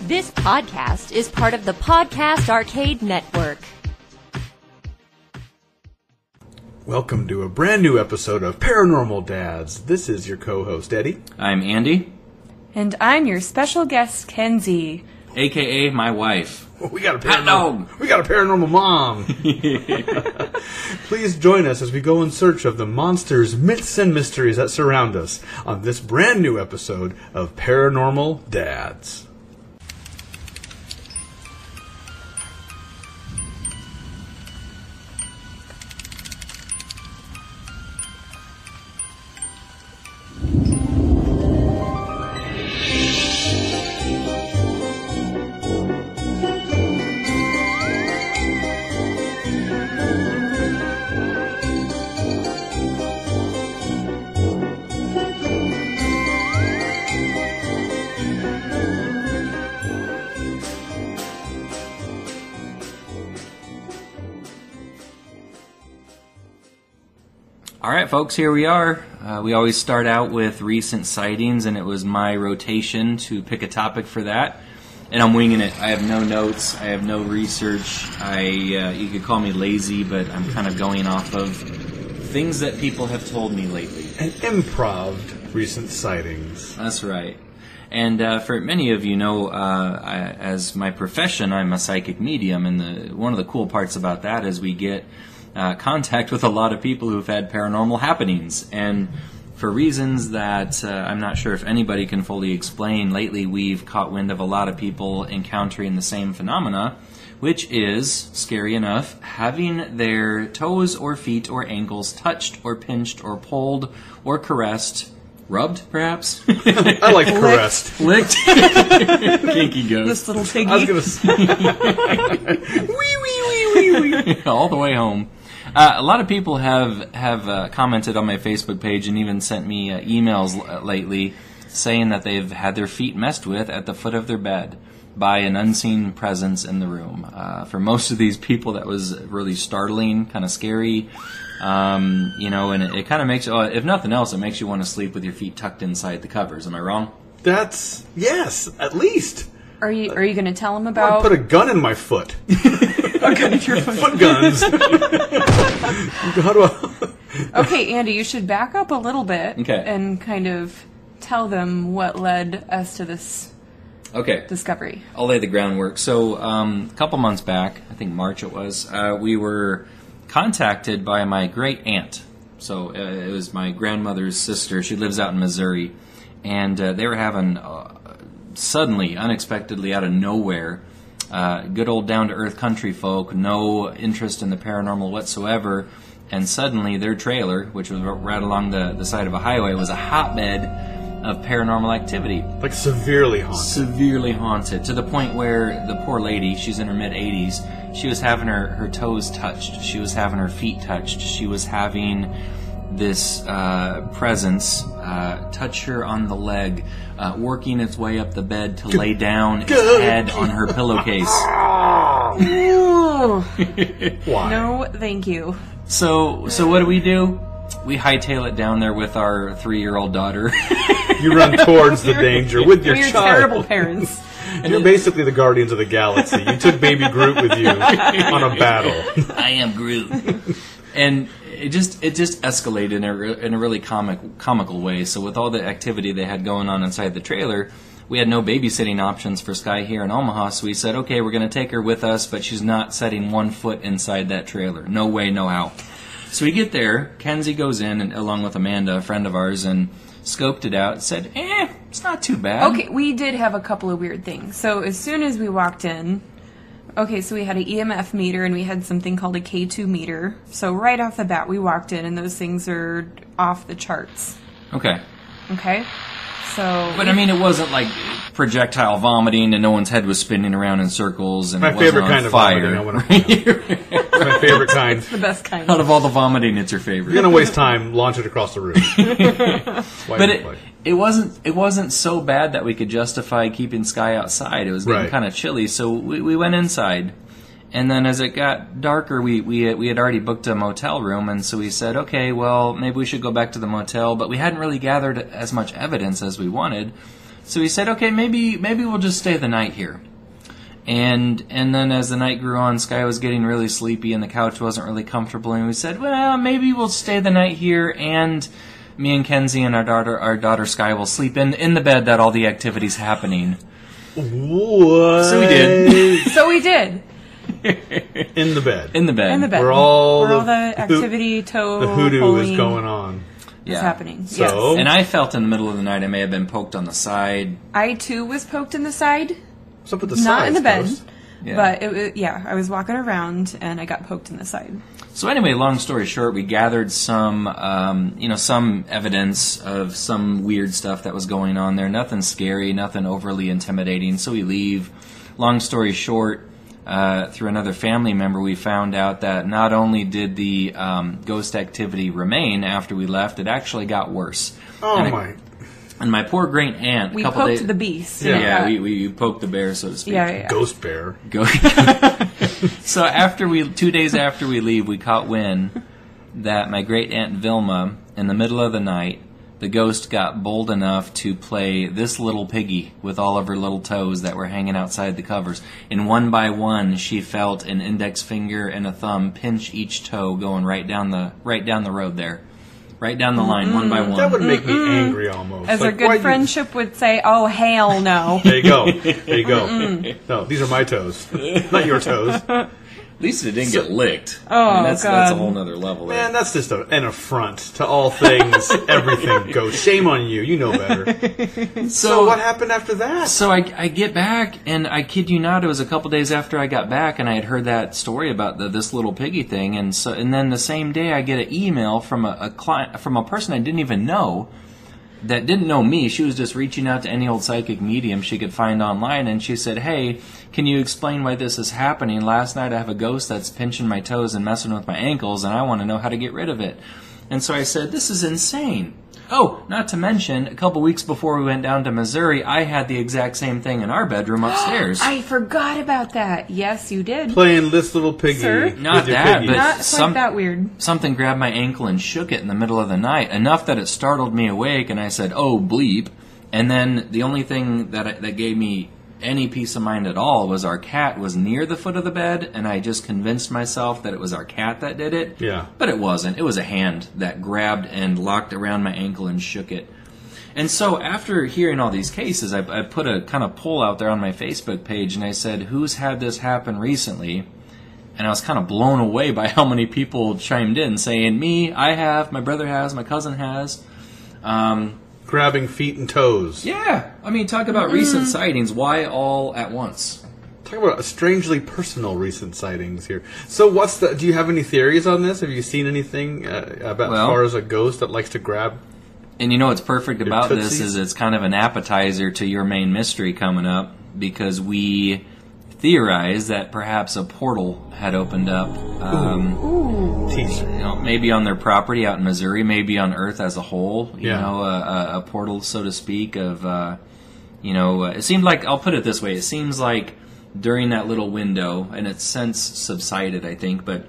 This podcast is part of the Podcast Arcade Network. Welcome to a brand new episode of Paranormal Dads. This is your co host, Eddie. I'm Andy, And I'm your special guest, Kenzie. aka my wife. Oh, We got a Hot dog. paranormal, we got a paranormal mom. Please join us as we go in search of the monsters, myths, and mysteries that surround us on this brand new episode of Paranormal Dads. All right, folks, here we are. Uh, we always start out with recent sightings, and it was my rotation to pick a topic for that. And I'm winging it. I have no notes. I have no research. I uh, you could call me lazy, but I'm kind of going off of things that people have told me lately. And improv recent sightings. That's right. And uh, for many of you know, uh, I, as my profession, I'm a psychic medium, and the, one of the cool parts about that is we get uh, contact with a lot of people who've had paranormal happenings, and for reasons that uh, I'm not sure if anybody can fully explain. Lately, we've caught wind of a lot of people encountering the same phenomena, which is scary enough having their toes or feet or ankles touched or pinched or pulled or caressed. Rubbed, perhaps? I like caressed. licked. Kinky goes This little piggy. I was gonna. s- all the way home. Uh, a lot of people have have uh, commented on my Facebook page and even sent me uh, emails l- lately saying that they've had their feet messed with at the foot of their bed by an unseen presence in the room. Uh, for most of these people, that was really startling, kind of scary. Um, you know, and it, it kind of makes, uh, if nothing else, it makes you want to sleep with your feet tucked inside the covers. Am I wrong? That's yes, at least. Are you are you going to tell him I about? put a gun in my foot. Foot guns. How do I? okay, Andy, you should back up a little bit Okay. and kind of tell them what led us to this Okay. discovery. I'll lay the groundwork. So, um, a couple months back, I think March it was, uh, we were contacted by my great aunt. So, uh, it was my grandmother's sister. She lives out in Missouri. And uh, they were having, uh, suddenly, unexpectedly, out of nowhere, uh, good old down to earth country folk, no interest in the paranormal whatsoever. And suddenly, their trailer, which was right along the, the side of a highway, was a hotbed of paranormal activity Like severely haunted. severely haunted to the point where the poor lady, she's in her mid 80s, she was having her, her toes touched, she was having her feet touched, she was having this uh, presence uh, touch her on the leg, uh, working its way up the bed to lay down its Good. head on her pillowcase. Ah. Why? No, thank you. So, so what do we do? We hightail it down there with our three-year-old daughter. You run towards the danger with your We are child. terrible parents. You're basically the Guardians of the Galaxy. You took Baby Groot with you on a battle. I am Groot. and it just it just escalated in a, re- in a really comic comical way. So with all the activity they had going on inside the trailer, we had no babysitting options for Sky here in Omaha. So we said, okay, we're going to take her with us, but she's not setting one foot inside that trailer. No way, no how. So we get there. Kenzie goes in, and along with Amanda, a friend of ours, and scoped it out. Said, eh, it's not too bad. Okay, we did have a couple of weird things. So as soon as we walked in, okay, so we had an EMF meter and we had something called a K2 meter. So right off the bat, we walked in and those things are off the charts. Okay. Okay, so But I mean, it wasn't like projectile vomiting, and no one's head was spinning around in circles, and My it wasn't favorite on kind of fire. vomiting. I want to. My favorite kind. the best kind. Out of all the vomiting, it's your favorite. You're gonna waste time. Launch it across the room. Why but do it, play? it wasn't it wasn't so bad that we could justify keeping Sky outside. It was getting Right. kind of chilly, so we, we went inside. And then as it got darker, we, we we had already booked a motel room, and so we said, okay, well maybe we should go back to the motel. But we hadn't really gathered as much evidence as we wanted, So he said, okay, maybe maybe we'll just stay the night here. And and then as the night grew on, Sky was getting really sleepy and the couch wasn't really comfortable. And we said, well, maybe we'll stay the night here and. Me and Kenzie and our daughter, our daughter Sky, will sleep in in the bed that all the activity's happening. What? So we did. So we did in the bed. In the bed. in the bed. Where all Where all the the, hoo- activity, toe, the hoodoo is pulling going on. Yeah. is happening. So? Yes. And I felt in the middle of the night I may have been poked on the side. I too was poked in the side, What's up with the not in sides, the bed, Ghost? Yeah. but it was, yeah, I was walking around and I got poked in the side. So anyway, long story short, we gathered some, um, you know, some evidence of some weird stuff that was going on there. Nothing scary, nothing overly intimidating. So we leave. Long story short, uh, through another family member, we found out that not only did the um, ghost activity remain after we left, it actually got worse. Oh and a- my! and my poor great aunt. We a couple poked days, the beast. Yeah, and got- we, we poked the bear, so to speak. yeah, yeah. Ghost bear. Go. so after we, two days after we leave, we caught wind that my great aunt Vilma, in the middle of the night, the ghost got bold enough to play this little piggy with all of her little toes that were hanging outside the covers. And one by one, she felt an index finger and a thumb pinch each toe, going right down the right down the road there, right down the line, one by one. That would make me angry almost. As like, why our good you- friendship would say, "Oh hell no." There you go. There you go. no, these are my toes, not your toes. At least it didn't get licked. Oh, I mean, that's, that's a God. whole nother level. there. Man, that's just a, an affront to all things, everything. Go. Shame on you. You know better. So what happened after that? So I, I get back, and I kid you not, it was a couple days after I got back, and I had heard that story about the, this little piggy thing, and so and then the same day I get an email from a, a client from a person I didn't even know that didn't know me. She was just reaching out to any old psychic medium she could find online, and she said, "Hey, can you explain why this is happening? Last night I have a ghost that's pinching my toes and messing with my ankles, and I want to know how to get rid of it." And so I said, "This is insane." Oh, not to mention, a couple weeks before we went down to Missouri, I had the exact same thing in our bedroom upstairs. I forgot about that. Yes, you did. Playing this little piggy. Sir? with Not your that, piggies. but- Not Some- quite that weird. Something grabbed my ankle and shook it in the middle of the night, enough that it startled me awake, and I said, "Oh bleep!" And then the only thing that that gave me any peace of mind at all was our cat was near the foot of the bed, and I just convinced myself that it was our cat that did it. Yeah. but it wasn't. It was a hand that grabbed and locked around my ankle and shook it. And so, after hearing all these cases, I, I put a kind of poll out there on my Facebook page, and I said, "Who's had this happen recently?" and I was kind of blown away by how many people chimed in saying, "Me, I have, my brother has, my cousin has." Um, grabbing feet and toes. yeah, I mean, talk about recent sightings. Why all at once? Talk about strangely personal recent sightings here. So, what's the? Do you have any theories on this? Have you seen anything uh, about Well- as far as a ghost that likes to grab? And you know what's perfect about this Tootsie? is it's kind of an appetizer to your main mystery coming up because we theorize that perhaps a portal had opened up. Um, Teach. you know, maybe on their property out in Missouri, maybe on Earth as a whole, you Yeah. know, a, a, a portal, so to speak, of, uh, you know, uh, it seemed like, I'll put it this way, it seems like during that little window, and it's since subsided, I think, but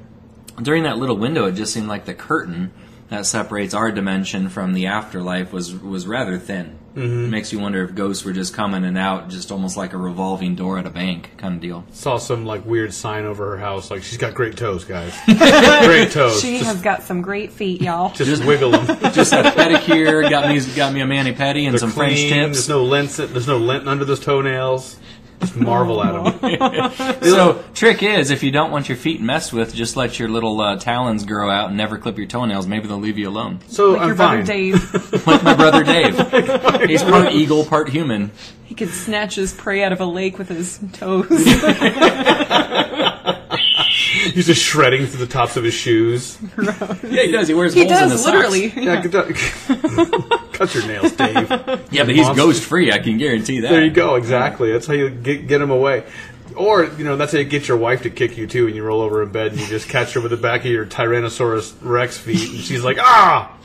during that little window, it just seemed like the curtain that separates our dimension from the afterlife was, was rather thin. Mm-hmm. It makes you wonder if ghosts were just coming and out, just almost like a revolving door at a bank kind of deal. Saw some like weird sign over her house. Like she's got great toes, guys. great toes. She just has got some great feet, y'all. just wiggle them. Just had a pedicure, got me, got me a mani pedi and They're some French clean. tips. There's no lint. There's no lint under those toenails. Just marvel at them. So trick is, if you don't want your feet messed with, just let your little uh, talons grow out and never clip your toenails. Maybe they'll leave you alone. So like I'm your brother fine. Dave, Like my brother Dave. He's part eagle, part human. he could snatch his prey out of a lake with his toes. He's just shredding through the tops of his shoes. Yeah, he does. He wears he holes in his does socks. literally. Yeah, cut- cut your nails, Dave. Yeah, but he's Monster. ghost free. I can guarantee that. There you go. Exactly. That's how you get get them away. Or you know, that's how you get your wife to kick you too, and you roll over in bed and you just catch her with the back of your Tyrannosaurus Rex feet, and she's like, ah.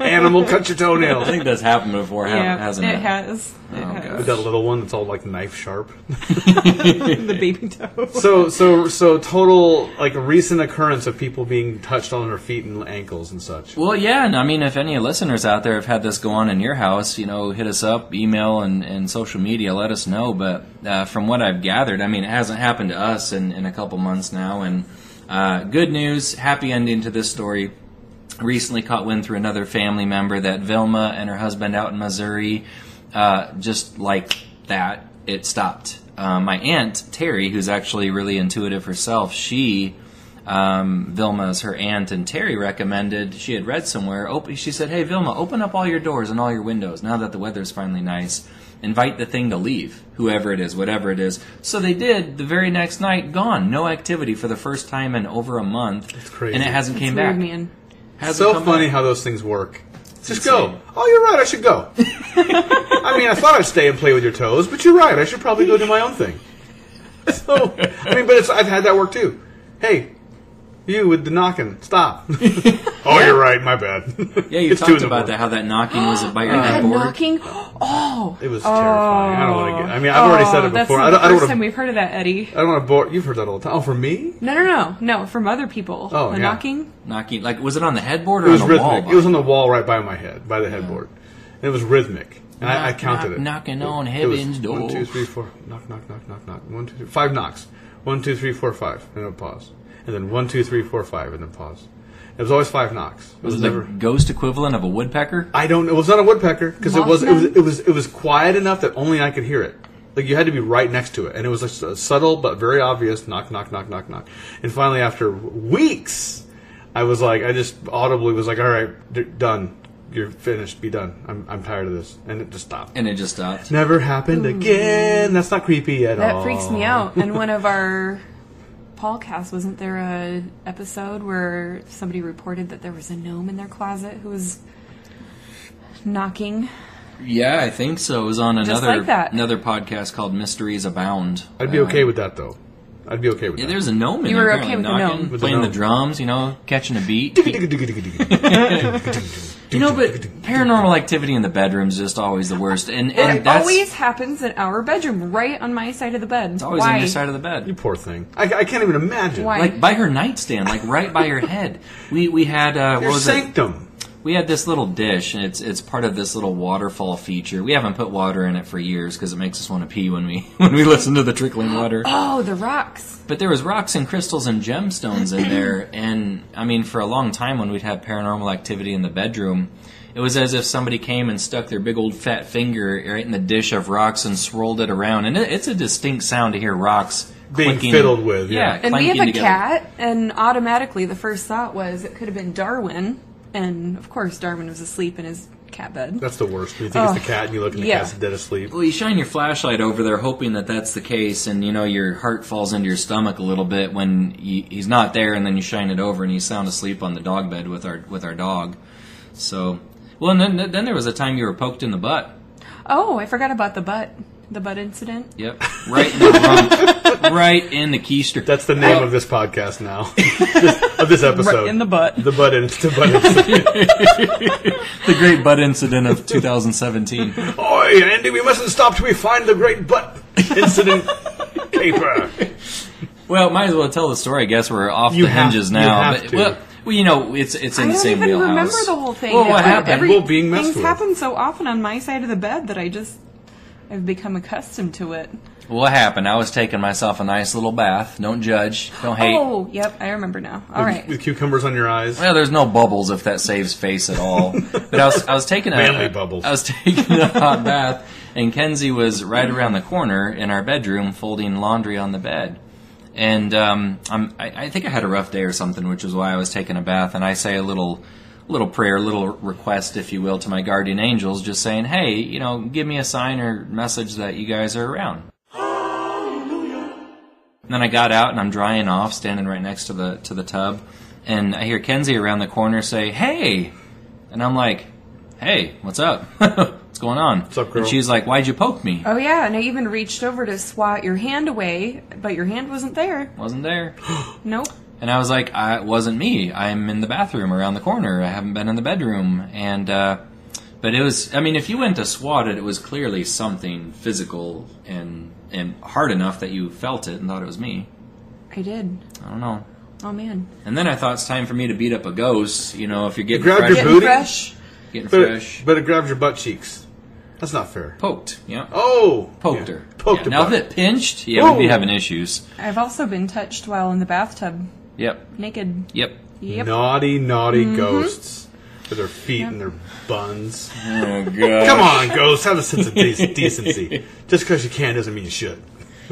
Animal, cut your toenail. I think that's happened before, ha- yeah, hasn't it? it has. It Oh, has. With that little one that's all like knife sharp. the baby toe. So so so total like recent occurrence of people being touched on their feet and ankles and such. Well, yeah, and I mean, if any listeners out there have had this go on in your house, you know, hit us up, email, and, and social media, let us know. But uh, from what I've gathered, I mean, it hasn't happened to us in, in a couple months now. And uh, good news, happy ending to this story. Recently caught wind through another family member that Vilma and her husband out in Missouri, uh, just like that, it stopped. Uh, my aunt, Terry, who's actually really intuitive herself, she um, Vilma's her aunt and Terry recommended. She had read somewhere. Op- she said, "Hey Vilma, open up all your doors and all your windows now that the weather's finally nice. Invite the thing to leave, whoever it is, whatever it is." So they did. The very next night, gone. No activity for the first time in over a month. That's crazy. And it hasn't It's came weird, back. man. Hasn't so come funny back. how those things work. Just insane. go. Oh, you're right. I should go. I mean, I thought I'd stay and play with your toes, but you're right. I should probably go do my own thing. So I mean, but it's, I've had that work too. Hey, you with the knocking, stop. oh, you're right. My bad. Yeah, you It's two in talked the about morning. that. How that knocking was it by your That board. knocking. Oh, It was terrifying. I don't want to get. I mean, I've already said it that's before. the I don't, I first don't want time to. we've heard of that, Eddie. I don't want to bore. You've heard that all the time. Oh, for me, No, no, no, no. From other people, Oh, the yeah. knocking. Knocking like was it on the headboard or it was on the rhythmic. wall? it was on the wall right by my head, by the headboard. And it was rhythmic. And I, I Knock, counted knock, it. knocking It- on it was heaven's door. One, two, three, four. Knock, knock, knock, knock, knock. One, two, three, five knocks. One, two, three, four, five. And then pause. And then one, two, three, four, five. And then pause. It was always five knocks. It was, was it never. the ghost equivalent of a woodpecker? I don't. It was not a woodpecker because it was. It was. Mothman? It was. It was quiet enough that only I could hear it. Like you had to be right next to it, and it was just a subtle but very obvious knock, knock, knock, knock, knock. And finally, after weeks, I was like, I just audibly was like, "All right, d- done. You're finished. Be done. I'm. I'm tired of this." And it just stopped. And it just uh, stopped. Never happened again. That's not creepy at That all. freaks me out. And one of our Paulcasts, wasn't there a episode where somebody reported that there was a gnome in their closet who was knocking? Yeah, I think so. It was on another like that. another podcast called Mysteries Abound. I'd be Uh, okay with that though. I'd be okay with yeah, that. There's a gnome in You there. were apparently okay with the knocking, gnome. With the playing the, gnome. drums, you know, catching a beat. you know, but paranormal activity in the bedroom's just always the worst, and and it that's always happens in our bedroom, right on my side of the bed. it's always Why? on your side of the bed. you poor thing. I, I can't even imagine. Why? Like by her nightstand, like right by your head. We we had uh, what Your was it? sanctum. we had this little dish and it's it's part of this little waterfall feature we haven't put water in it for years because it makes us want to pee when we when we listen to the trickling water Oh, the rocks. but there was rocks and crystals and gemstones in there and i mean for a long time when we'd have paranormal activity in the bedroom it was as if somebody came and stuck their big old fat finger right in the dish of rocks and swirled it around and it, it's a distinct sound to hear rocks Being clicking. fiddled with, yeah. And we clanking have a together. cat, and automatically the first thought was it could have been Darwin. And of course, Darwin was asleep in his cat bed. That's the worst. You think it's the cat, and you look, and the yeah. cat's dead asleep. Well, you shine your flashlight over there, hoping that that's the case, and you know your heart falls into your stomach a little bit when he, he's not there, and then you shine it over, and he's sound asleep on the dog bed with our with our dog. So, well, and then then there was a time you were poked in the butt. Oh, I forgot about the butt. The butt incident. Yep, right in the rump, right in the keister. That's the name of this podcast now, This- of this episode. in the butt. the butt, in, the butt. In. the great butt incident of 2017. Oi, Andy, we mustn't stop till we find the great butt incident paper. well, might as well tell the story. I guess we're off You the have- hinges you now. have but, to. Well, well, you know, it's it's in I the don't same even wheelhouse. remember the whole thing. Well, what Like, happened? every- Well, being messed things with. happen so often on my side of the bed that I just I've become accustomed to it. What happened? I was taking myself a nice little bath. Don't judge. Don't hate. Oh, yep, I remember now. All right. With cucumbers on your eyes. Well, there's no bubbles if that saves face at all. But I was, I was taking a Manly bubbles. I was taking a hot bath, and Kenzie was right around the corner in our bedroom folding laundry on the bed. And um, I'm, I, I think I had a rough day or something, which is why I was taking a bath. And I say a little, little prayer, a little request, if you will, to my guardian angels, just saying, "Hey, you know, give me a sign or message that you guys are around." And then I got out and I'm drying off, standing right next to the to the tub, and I hear Kenzie around the corner say, "Hey," and I'm like, "Hey, what's up? what's going on?" What's up, girl? And she's like, "Why'd you poke me? Oh yeah, and I even reached over to swat your hand away, but your hand wasn't there. Wasn't there?" Nope. And I was like, I, it wasn't me. I'm in the bathroom around the corner. I haven't been in the bedroom. And, uh, but it was, I mean, if you went to swat it, it was clearly something physical and, and hard enough that you felt it and thought it was me. I did. I don't know. Oh man. And then I thought it's time for me to beat up a ghost. You know, if you're getting grabbed fresh, your Getting booty? fresh. getting But fresh, it, but it grabbed your butt cheeks. That's not fair. poked. Yeah. Oh, Poked Yeah. her. Poked Yeah, her. Now butt. if it pinched, yeah, we'd be Whoa. having issues. I've also been touched while in the bathtub, Yep. naked. Yep. Yep. Naughty, naughty Mm-hmm. ghosts with their feet and their buns. Oh god. Come on, ghosts, have a sense of dec- decency. Just because you can doesn't mean you should.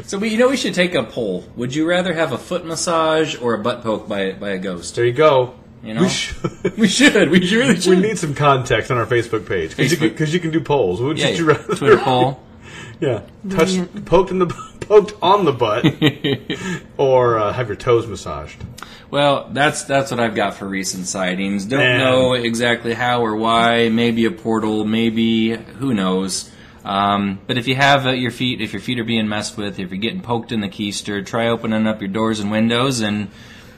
So we, you know, we should take a poll. Would you rather have a foot massage or a butt poke by by a ghost? There you go. You know? We should. We should. We really We should. need some context on our Facebook page because you, can- Facebook. 'cause you can do polls. Would yeah, you yeah. rather? Twitter poll. Yeah, touched, Brilliant. poked in the poked on the butt, or uh, have your toes massaged. Well, that's that's what I've got for recent sightings. Don't Man. know exactly how or why. Maybe a portal. Maybe who knows. Um, but if you have uh, your feet, if your feet are being messed with, if you're getting poked in the keister, try opening up your doors and windows and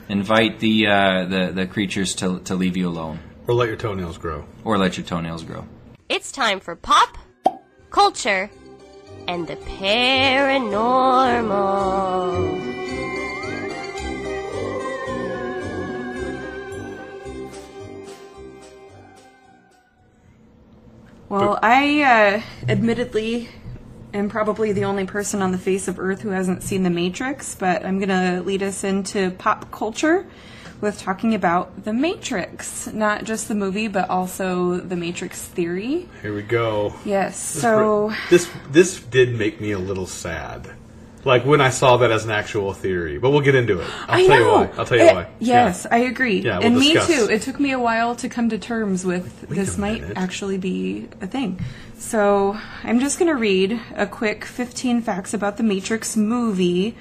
invite the uh, the, the creatures to to leave you alone Or let your toenails grow. or let your toenails grow. It's time for pop, culture, and the paranormal. Well, I uh, admittedly am probably the only person on the face of Earth who hasn't seen The Matrix, but I'm going to lead us into pop culture with talking about The Matrix. Not just the movie, but also The Matrix Theory. Here we go. Yes, so. this this did make me a little sad. Like when I saw that as an actual theory, but we'll get into it. I'll I tell know. you why. I'll tell you It- why. Yes, Yeah. I agree. Yeah, we'll and discuss. me too. It took me a while to come to terms with this a might minute. actually be a thing. So I'm just going to read a quick 15 facts about the Matrix movie,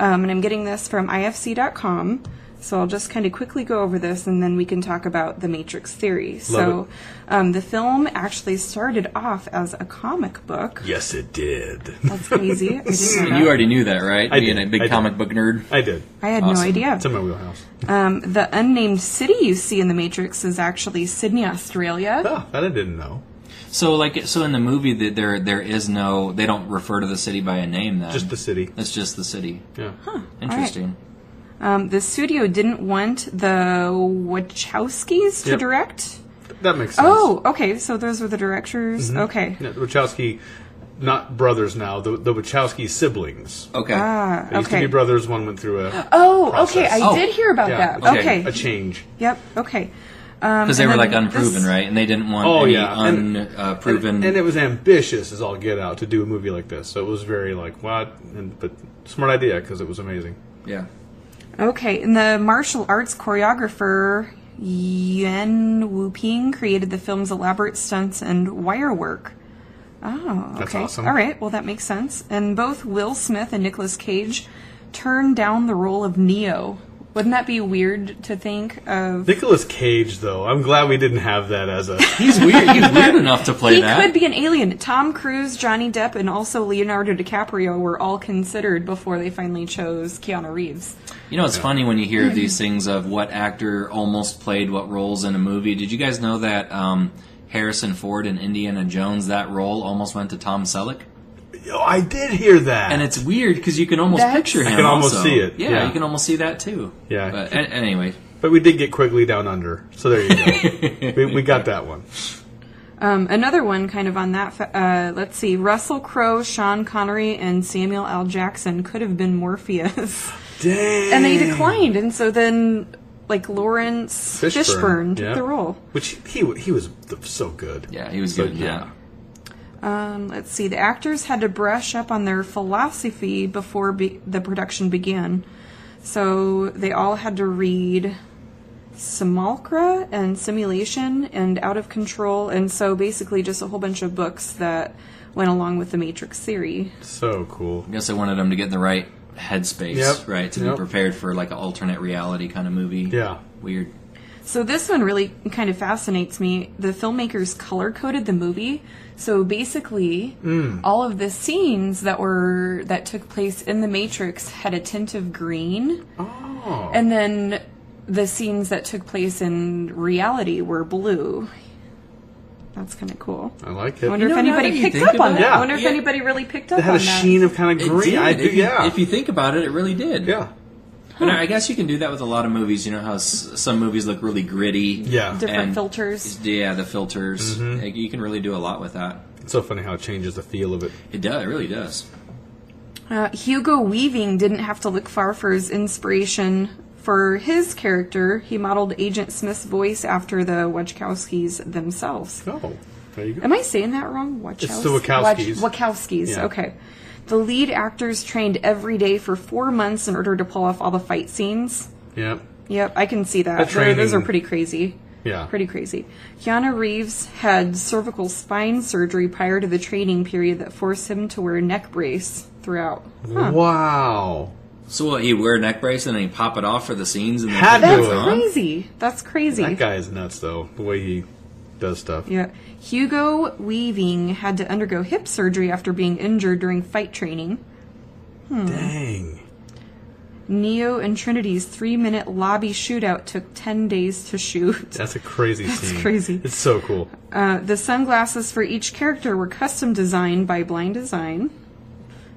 um, and I'm getting this from IFC.com. So I'll just kind of quickly go over this, and then we can talk about the Matrix theory. so um, the film actually started off as a comic book. Yes, it did. That's crazy. I, didn't know And you that. already knew that, right? I Being did. a big I did. comic book nerd. I did. I had no Awesome. idea. It's in my wheelhouse. Um, the unnamed city you see in the Matrix is actually Sydney, Australia. Oh, that I didn't know. So like so in the movie that there there is no they don't refer to the city by a name then. Just the city. It's just the city. Yeah. Interesting. Um, the studio didn't want the Wachowskis to Yep. direct. That makes sense. Oh, okay. So those were the directors. Okay. Mm-hmm. Yeah, the Wachowski, not brothers now. The, the Wachowski siblings. Okay. Ah, They used to okay. be brothers. One went through a Oh, okay. Process. I Oh. did hear about yeah, that. a- Okay. a change. Yep. Okay. Because they and were then like unproven, this- right? And they didn't want Oh, any yeah. And- unproven. And, and it was ambitious as all get out to do a movie like this. So it was very like what, and, but smart idea because it was amazing. yeah. Okay. And the martial arts choreographer Yen Wu Ping created the film's elaborate stunts and wire work. Oh, okay. That's awesome. All right. Well, that makes sense. And both Will Smith and Nicolas Cage turned down the role of Neo. Wouldn't that be weird to think of? Nicolas Cage, though, I'm glad we didn't have that as a. He's weird. He's weird enough to play He that. could be an alien. Tom Cruise, Johnny Depp, and also Leonardo DiCaprio were all considered before they finally chose Keanu Reeves. You know, it's funny when you hear Hmm. these things of what actor almost played what roles in a movie. Did you guys know that um, Harrison Ford in Indiana Jones that role almost went to Tom Selleck? Yo, I did hear that. And it's weird because you can almost That's- picture him. I can almost also. see it, Yeah, yeah. you can almost see that too. Yeah. But a- anyway, but we did get Quigley down under, so there you go. we, we got that one. Um, another one, kind of on that. Fa- uh, let's see: Russell Crowe, Sean Connery, and Samuel L. Jackson could have been Morpheus, Dang. and they declined. And so then, like Lawrence Fishburne, took yeah. the role. Which he wa- he was th- so good. yeah, he was So, good in yeah. that. Um, let's see. The actors had to brush up on their philosophy before be- the production began. So they all had to read Simulacra and Simulation and Out of Control. And so basically just a whole bunch of books that went along with the Matrix theory. So cool. I guess I wanted him to get in the right headspace, Yep. right, to Yep. be prepared for like an alternate reality kind of movie. Yeah. Weird. So this one really kind of fascinates me. The filmmakers color coded the movie. So basically, Hmm. all of the scenes that were that took place in the Matrix had a tint of green, Oh. and then the scenes that took place in reality were blue. That's kind of cool. I like it. I wonder You know, if now that anybody you picked think up on about that. it- Yeah. I wonder if Yeah. anybody really picked up It had on a that. sheen of kind of It green. did. I do, if, you, yeah. if you think about it, it really did. yeah. But I guess you can do that with a lot of movies. You know how s- some movies look really gritty. Yeah. Mm-hmm. Different and- filters. Yeah, the filters. Like, You can really do a lot with that. It's so funny how it changes the feel of it. It does. It really does. Uh, Hugo Weaving didn't have to look far for his inspiration for his character. He modeled Agent Smith's voice after the Wachowskis themselves. Oh, there you go. Am I saying that wrong? Wachowskis. It's the Wachowskis. Wach- Wachowskis. Yeah. Okay. The lead actors trained every day for four months in order to pull off all the fight scenes. yeah. Yep, I can see that. That Those- Those are training- pretty crazy. Yeah. Pretty crazy. Keanu Reeves had cervical spine surgery prior to the training period that forced him to wear a neck brace throughout. Huh. Wow. So what, he wear a neck brace and then he pop it off for the scenes and then Had put it to. That's back on? crazy. That's crazy. That guy is nuts, though. The way he does stuff. Yeah. Hugo Weaving had to undergo hip surgery after being injured during fight training. Dang. Neo and Trinity's three minute lobby shootout took 10 days to shoot. That's a crazy scene. crazy. It's so cool. Uh, the sunglasses for each character were custom designed by Blind Design.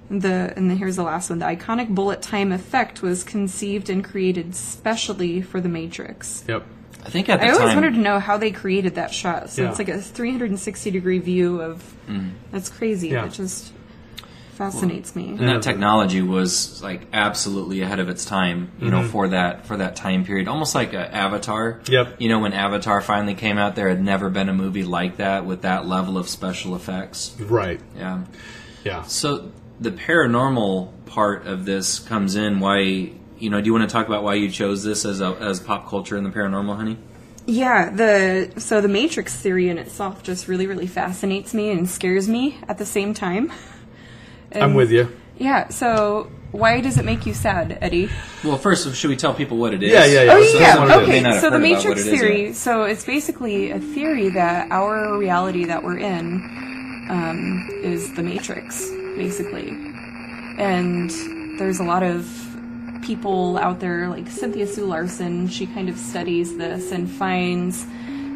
The and then here's the last one. The iconic bullet time effect was conceived and created specially for the Matrix. Yep. I think at the I always time, wanted to know how they created that shot. So Yeah. it's like a 360 degree view of. Mm-hmm. That's crazy. Yeah. It just fascinates me. and that technology was like absolutely ahead of its time. You Mm-hmm. know, for that for that time period, almost like a Avatar. Yep. You know, when Avatar finally came out, there had never been a movie like that with that level of special effects. Right. Yeah. Yeah. So the paranormal part of this comes in. Why you know? Do you want to talk about why you chose this as a, as pop culture and the paranormal, honey? Yeah, the so the Matrix theory in itself just really really fascinates me and scares me at the same time. I'm with you. Yeah, so why does it make you sad, Eddie? Well, first, should we tell people what it is? Yeah, yeah, yeah. Oh, So yeah, someone who okay, may not have so the heard about what Matrix it is yet. theory. So it's basically a theory that our reality that we're in um, is the Matrix, basically. And there's a lot of people out there, like Cynthia Sue Larson. She kind of studies this and finds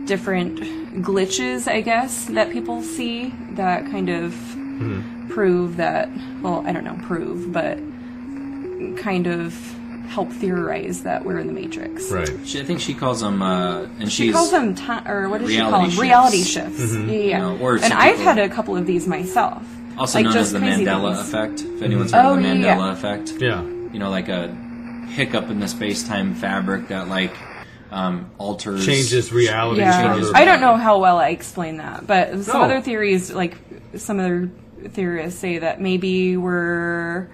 different glitches, I guess, that people see that kind of prove that. Well, I don't know, prove, but kind of help theorize that we're in the Matrix. Right. She, I think she calls them, uh, and She she's calls them ti or what does she call them? Reality Reality shifts. shifts. Yeah, yeah. No, or and some I've people- had a couple of these myself. also Like, known just as the crazy Mandela things. effect. If anyone's heard Oh, of the yeah, Mandela yeah. effect, Mm-hmm. Yeah. you know, like a hiccup in the space time fabric that like um, alters Changes reality. Yeah, changes I don't know how well I explain that, but some No. other theories, like some other theorists, say that maybe we're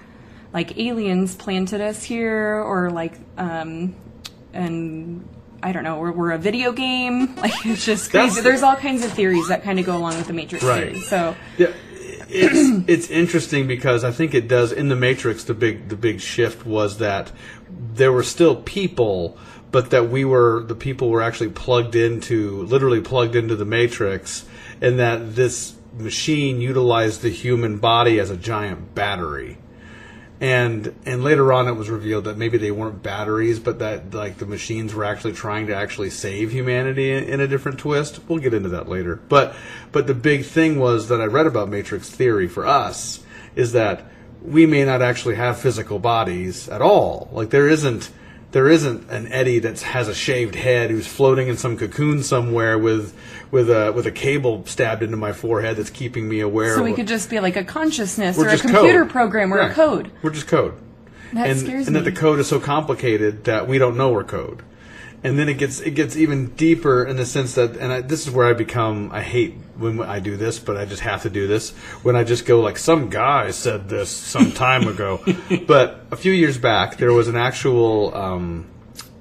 like aliens planted us here, or like, um, and I don't know, we're, we're a video game. Like it's just That's- crazy. There's all kinds of theories that kind of go along with the Matrix Right. theory. So Yeah, it's it's interesting because I think it does in the Matrix. The big the big shift was that there were still people, but that we were the people were actually plugged into literally plugged into the Matrix, and that this machine utilized the human body as a giant battery. And and later on, it was revealed that maybe they weren't batteries, but that like the machines were actually trying to actually save humanity in, in a different twist. We'll get into that later. But but the big thing was that I read about Matrix theory for us is that we may not actually have physical bodies at all. Like there isn't there isn't an Eddie that has a shaved head who's floating in some cocoon somewhere with with a with a cable stabbed into my forehead that's keeping me aware. So we of- could just be like a consciousness we're or a just computer code. program or Yeah. a code. We're just code. That and, scares and that me. the code is so complicated that we don't know we're code. And then it gets it gets even deeper in the sense that, and I, this is where I become I hate when I do this, but I just have to do this when I just go like some guy said this some time ago. But a few years back, there was an actual. Um,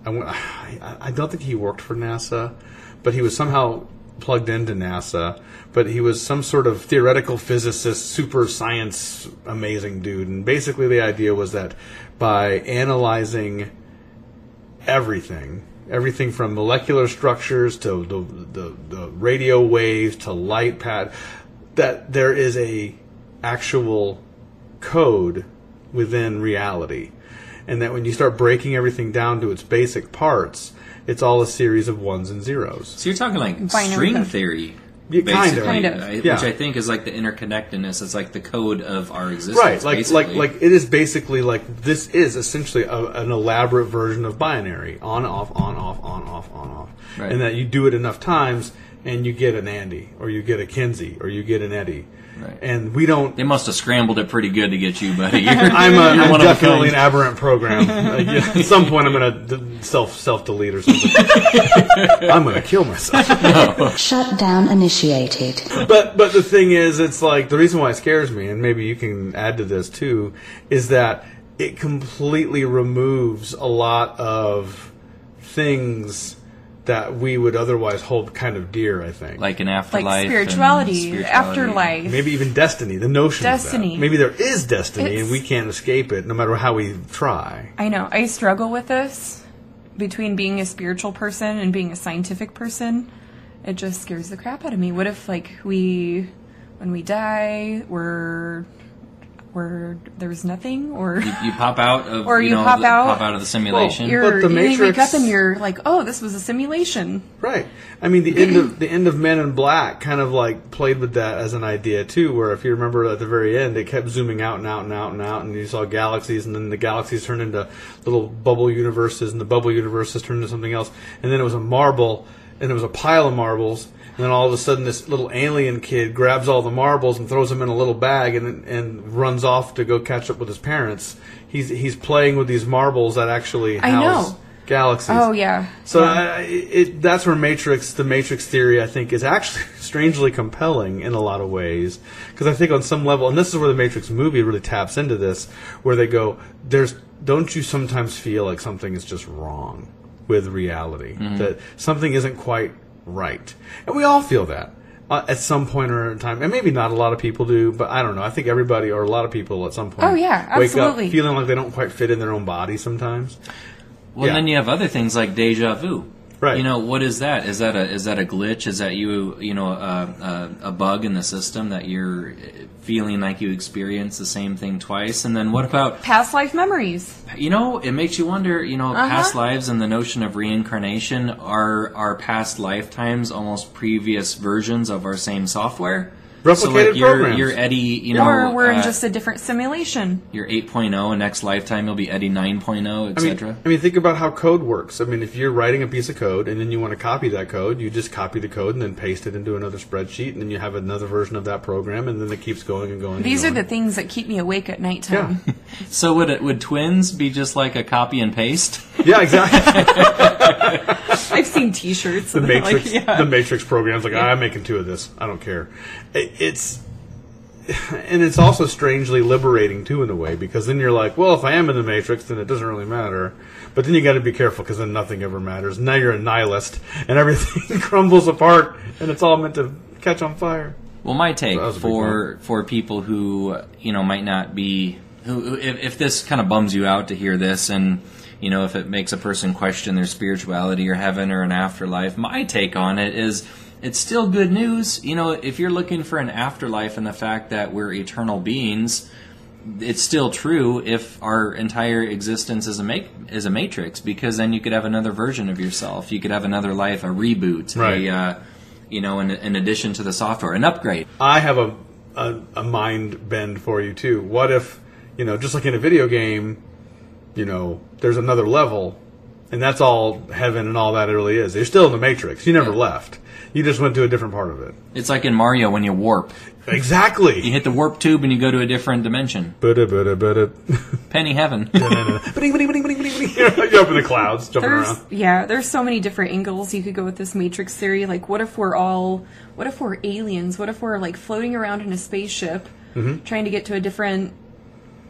I, wa- I- I don't think he worked for NASA, but he was somehow plugged into NASA. But he was some sort of theoretical physicist, super science, amazing dude. And basically, the idea was that by analyzing everything, Everything from molecular structures to the, the, the radio waves to light pad, that there is a actual code within reality, and that when you start breaking everything down to its basic parts, it's all a series of ones and zeros. So you're talking like Binary string code. theory, Yeah, basically, kind of. Kind of. I- Yeah. which I think is like the interconnectedness. It's like the code of our existence, Right, like basically. like like it is basically like this is essentially a, an elaborate version of binary on off on off on off on off, Right. and that you do it enough times and you get an Andy or you get a Kinsey or you get an Eddie, Right. and we don't They must have scrambled it pretty good to get you, buddy. You're, I'm, I'm, a, I'm one of a definitely an kind. aberrant program. Like, yeah, at some point, I'm gonna d- self self delete or something. I'm gonna kill myself. Shutdown initiated. But but the thing is, it's like the reason why it scares me, and maybe you can add to this too, is that it completely removes a lot of things that we would otherwise hold kind of dear. I think. like an like afterlife, and spirituality, spirituality. afterlife. Maybe even destiny, the notion of Destiny. that. Maybe there is destiny and It's- we can't escape it no matter how we try. I know. I struggle with this between being a spiritual person and being a scientific person. It just scares the crap out of me. What if like we when we die we're we're there's nothing or You pop out of Or you, you know, pop the- out. pop out of the simulation. you're But the you wake up Matrix- and you're like, "Oh, this was a simulation." Right. I mean, the end of the end of Men in Black kind of like played with that as an idea too, where if you remember at the very end, it kept zooming out and out and out and out, and you saw galaxies, and then the galaxies turned into little bubble universes, and the bubble universes turned into something else, and then it was a marble, and it was a pile of marbles, and then all of a sudden, this little alien kid grabs all the marbles and throws them in a little bag, and and runs off to go catch up with his parents. He's he's playing with these marbles that actually I house know. galaxies. Oh yeah. So I, it, that's where Matrix, the Matrix theory, I think, is actually strangely compelling in a lot of ways. Because I think on some level, and this is where the Matrix movie really taps into this, where they go, "There's, don't you sometimes feel like something is just wrong with reality? Mm-hmm. That something isn't quite right?" And we all feel that uh, at some point or in time, and maybe not a lot of people do, but I don't know. I think everybody or a lot of people at some point, Oh, yeah, wake absolutely. up feeling like they don't quite fit in their own body sometimes. Well, Yeah. then you have other things like deja vu. Right. You know what is that? Is that a is that a glitch? Is that you you know a, a, a bug in the system that you're uh, feeling like you experience the same thing twice? And then what about Past life memories. you know it makes you wonder. You know Uh-huh. past lives and the notion of reincarnation are are past lifetimes almost previous versions of our same software. so like Replicated you're, programs. you're Eddie, you know, or we're uh, in just a different simulation. you're 8.0, and oh, next lifetime you'll be Eddie oh, 9.0, I mean, etc. I mean, think about how code works. I mean, if you're writing a piece of code and then you want to copy that code, you just copy the code and then paste it into another spreadsheet, and then you have another version of that program, and then it keeps going and going. and These are the going. things that keep me awake at yeah, nighttime. So would it, would twins be just like a copy and paste? yeah, exactly. I've seen T-shirts. The Matrix, Like, yeah. the Matrix program's like I'm making two of this. I don't care. It, it's and it's also strangely liberating too in a way because then you're like, well, if I am in the Matrix, then it doesn't really matter. But then you got to be careful because then nothing ever matters. Now you're a nihilist, and everything crumbles apart, and it's all meant to catch on fire. Well, my take That was a big for for people who you know might not be who who- if, if this kind of bums you out to hear this and you know if it makes a person question their spirituality or heaven or an afterlife, my take on it is it's still good news. You know, if you're looking for an afterlife and the fact that we're eternal beings, it's still true if our entire existence is a make is a matrix because then you could have another version of yourself. You could have another life, a reboot, Right. a uh, you know, in, in addition to the software, an upgrade. I have a, a a mind bend for you too. What if you know, just like in a video game, you know, there's another level, and that's all heaven and all that it really is. You're still in the Matrix. You never left. You just went to a different part of it. It's like in Mario when you warp. You Exactly. hit the warp tube and you go to a different dimension. Bada, bada, bada. Penny heaven. Bada, bada, bada, bada, bada. You're up in the clouds, jumping there's around. yeah there's so many different angles you could go with this matrix theory like what if we're all what if we're aliens what if we're like floating around in a spaceship Mm-hmm. trying to get to a different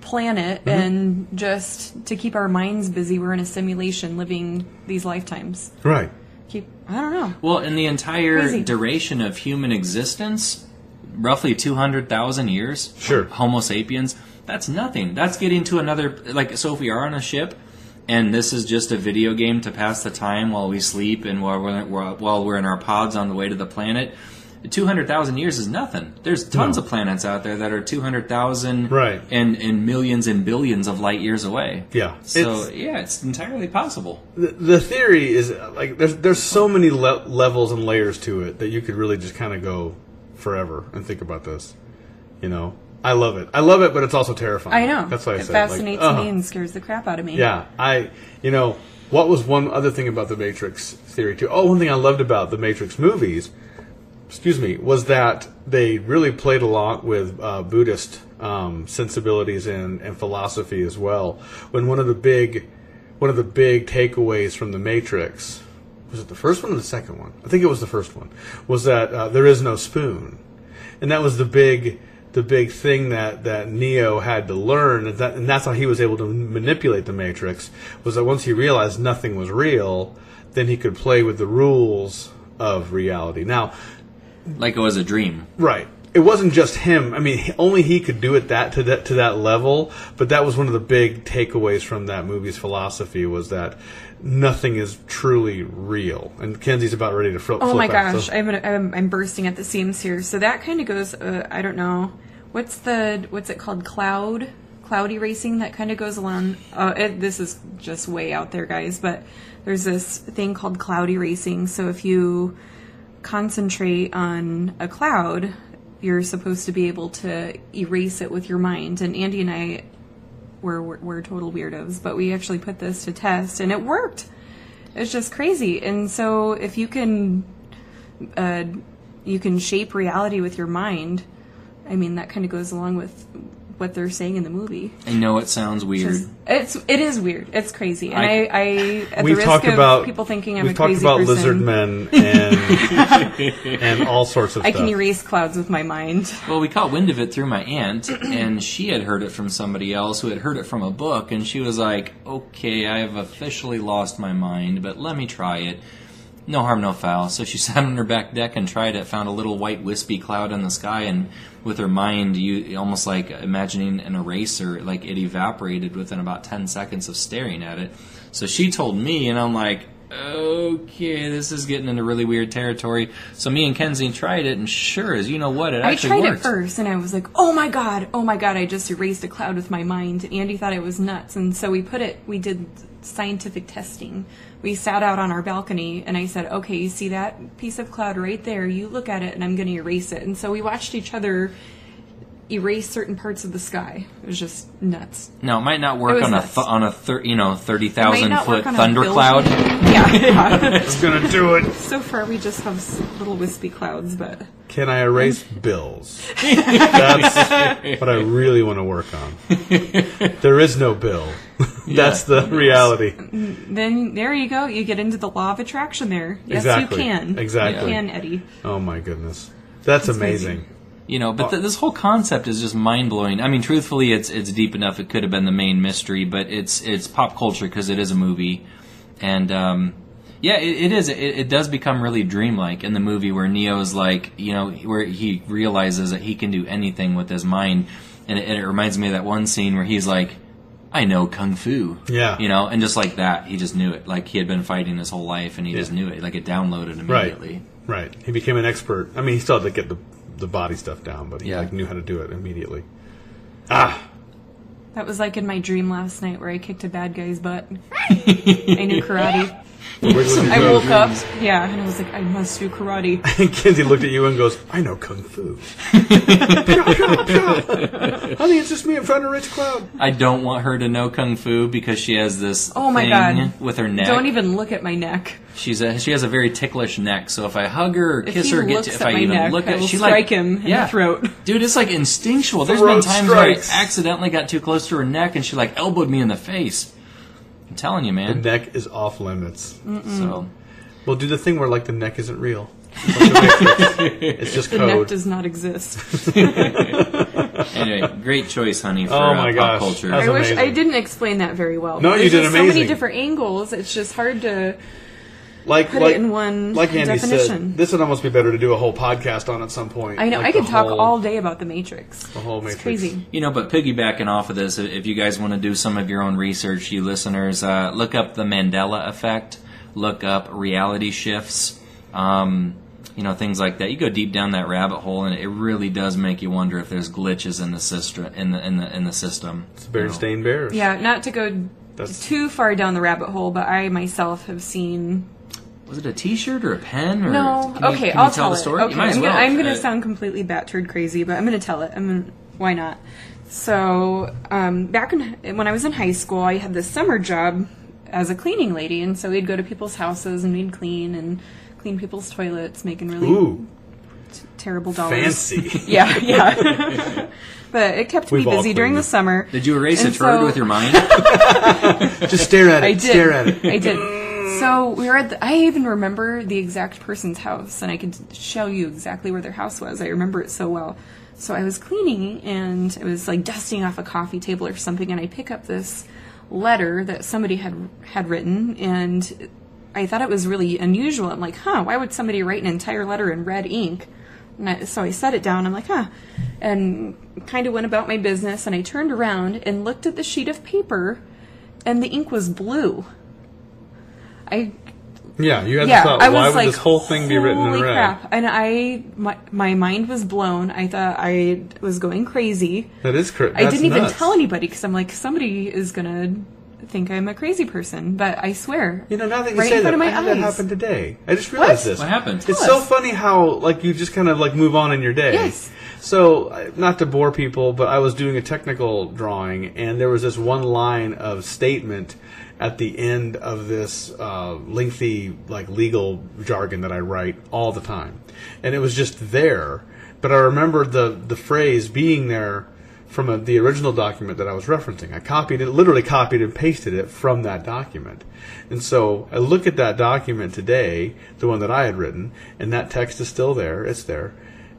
planet and just to keep our minds busy we're in a simulation living these lifetimes Right. keep i don't know well, in the entire Crazy. duration of human existence, roughly 200,000 years, Sure. Homo sapiens, that's nothing. That's getting to another, like, so if we are on a ship, and this is just a video game to pass the time while we sleep and while we're while we're in our pods on the way to the planet. Two hundred thousand years is nothing. There's tons No. of planets out there that are two hundred thousand Right. and and millions and billions of light years away. Yeah. So It's- yeah, it's entirely possible. The, the theory is uh, like there's there's so many le- levels and layers to it that you could really just kind of go forever and think about this. You know, I love it. I love it, but it's also terrifying. I know. That's why I it said like, fascinates uh-huh. me and scares the crap out of me. Yeah, I you know what was one other thing about the Matrix theory too? Oh, one thing I loved about the Matrix movies, excuse me, was that they really played a lot with uh, Buddhist um, sensibilities and, and philosophy as well. When one of the big one of the big takeaways from the Matrix was it the first one or the second one? I think it was the first one. Was that uh, there is no spoon, and that was the big the big thing that that Neo had to learn, and, that, and that's how he was able to manipulate the Matrix. Was that once he realized nothing was real, then he could play with the rules of reality. Now, Like it was a dream. Right. It wasn't just him. I mean, he- only he could do it that to that to that level. But that was one of the big takeaways from that movie's philosophy was that nothing is truly real. And Kenzie's about ready to flip. Oh flip my out, gosh, so- I'm, gonna, I'm I'm bursting at the seams here. So that kind of goes. Uh, I don't know. What's the what's it called? Cloud cloud erasing. That kind of goes along. Uh, it, this is just way out there, guys. But there's this thing called cloud erasing. So if you concentrate on a cloud, you're supposed to be able to erase it with your mind. And Andy and I were were, were total weirdos, but we actually put this to test, and it worked. It's just crazy. And so if you can uh, you can shape reality with your mind. I mean, that kind of goes along with what they're saying in the movie. I know it sounds weird. Just- It's it is weird. It's crazy, and I, I- I, at the We've risk talked of about people thinking I'm we've a crazy talked about person, lizard men and and all sorts of. I stuff. can erase clouds with my mind. Well, we caught wind of it through my aunt, and she had heard it from somebody else who had heard it from a book, and she was like, "Okay, I have officially lost my mind, but let me try it. No harm, no foul." So she sat on her back deck and tried it. Found a little white wispy cloud in the sky, and with her mind, you almost like imagining an eraser, like it evaporated within about ten seconds of staring at it. So she told me, and I'm like. Okay, this is getting into really weird territory. So me and Kenzie tried it, and sure as you know what, it I actually tried worked. it first, and I was like, "Oh my god, oh my god!" I just erased a cloud with my mind. Andy thought it was nuts, and so we put it. We did scientific testing. We sat out on our balcony, and I said, "Okay, you see that piece of cloud right there? You look at it, and I'm going to erase it." And so we watched each other erase certain parts of the sky. It was just nuts. No, it might not It work was on a nuts. th- on a thir- you know thirty Might thousand not foot work on a thundercloud. building. Yeah. It's gonna do it. so far, we just have s- little wispy clouds, but Can I erase bills? That's what I really want to work on. There is no bill. That's the reality. then there you go. You get into the law of attraction there. Yes, Exactly. you can. Exactly. You can, Eddie. Oh my goodness, that's, amazing. You know, but th- this whole concept is just mind blowing. I mean, truthfully, it's it's deep enough. It could have been the main mystery, but it's it's pop culture because it is a movie, and um, yeah, it, it is. It, it does become really dreamlike in the movie where Neo's like, you know, where he realizes that he can do anything with his mind, and it, and it reminds me of that one scene where he's like, "I know kung fu," Yeah. you know, and just like that, he just knew it. Like he had been fighting his whole life, and he just Yeah. knew it. Like it downloaded Right, immediately. right. He became an expert. I mean, he still had to get the the body stuff down, but he Yeah. like knew how to do it immediately. That was like in my dream last night where I kicked a bad guy's butt. I knew karate. I woke up, yeah, and I was like, I must do karate. And Kinsey looked at you and goes, "I know kung fu." Honey, it's just me in front of Rich Cloud. I don't want her to know kung fu because she has this Oh my thing God. with her neck. Don't even look at my neck. She's a, she has a very ticklish neck, so if I hug her or If kiss he her, get looks to, if at I my even neck, look I at, will she like strike him in the yeah. throat. Dude, it's like instinctual. There's Throat been times strikes. where I accidentally got too close to her neck and she like elbowed me in the face. I'm telling you, man. Neck is off limits. So We'll do the thing where like the neck isn't real. It's like the Matrix. It's just The code. neck does not exist. anyway, great choice, honey, for Oh uh, my pop gosh. culture. That's I wish amazing. I didn't explain that very well. No, you There's did just So amazing. many different angles. It's just hard to Like, Put it like, in one like Andy definition. said, this would almost be better to do a whole podcast on at some point. I know. Like I could the talk whole- all day about the Matrix. The whole It's Matrix. crazy. You know, but piggybacking off of this, if you guys want to do some of your own research, you listeners, uh, look up the Mandela effect, look up reality shifts, um, you know, things like that. You go deep down that rabbit hole, and it really does make you wonder if there's glitches in the system. In the in the in the system. It's Berenstain Bears. Yeah, not to go That's- too far down the rabbit hole, but I myself have seen. Was it a T-shirt or a pen? Or No, Can you- okay, can you I'll tell, the it. story. Okay, You might as I'm well. gonna, I'm gonna Uh, sound completely battered crazy, but I'm gonna tell it. I'm gonna, why not? So um, back in, when I was in high school, I had this summer job as a cleaning lady, and so we'd go to people's houses and we'd clean and clean people's toilets, making really Ooh, terrible dollars. fancy. Yeah, yeah. but it kept We've me all busy during cleaned it. the summer. Did you erase And a turd so- with your mind? Just stare at it. I did. Stare at it. I did. So we were at. The, I even remember the exact person's house, and I could show you exactly where their house was. I remember it so well. So I was cleaning, and I was like dusting off a coffee table or something, and I pick up this letter that somebody had had written, and I thought it was really unusual. I'm like, huh, why would somebody write an entire letter in red ink? And I, so I set it down. I'm like, huh. And kind of went about my business. And I turned around and looked at the sheet of paper, and the ink was blue. I Yeah, you had yeah, the thought. I why was would like, this whole thing be written holy in red? crap! And I, my, my mind was blown. I thought I was going crazy. That is correct. I didn't even tell anybody because I'm like, somebody is gonna think I'm a crazy person. But I swear, You know, now that you right say in that, front I of had my that eyes. happened today. I just realized this. What happened? It's so funny how like you just kind of like move on in your day. Yes. So I- not to bore people, but I was doing a technical drawing, and there was this one line of statement at the end of this uh, lengthy like legal jargon that I write all the time, and it was just there. But I remember the the phrase being there from a, the original document that I was referencing. I copied it, literally copied and pasted it from that document. And so I look at that document today, the one that I had written, and that text is still there. It's there.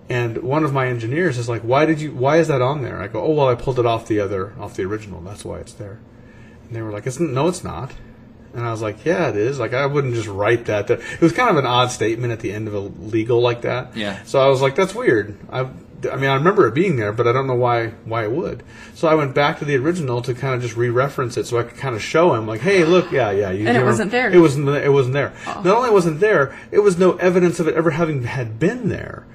And one of my engineers is like, "Why did you? Why is that on there?" I go, "Oh well, I pulled it off the other, off the original. That's why it's there." And they were like, "It's no, it's not." And I was like, "Yeah, it is. Like, I wouldn't just write that." there." It was kind of an odd statement at the end of a legal like that. Yeah. So I was like, "That's weird." I, I mean, I remember it being there, but I don't know why why it would. So I went back to the original to kind of just re-reference it, so I could kind of show him, like, "Hey, look, yeah, yeah." You And it you wasn't there. Oh. It wasn't. th- It wasn't there. Not only wasn't there, it was no evidence of it ever having had been there.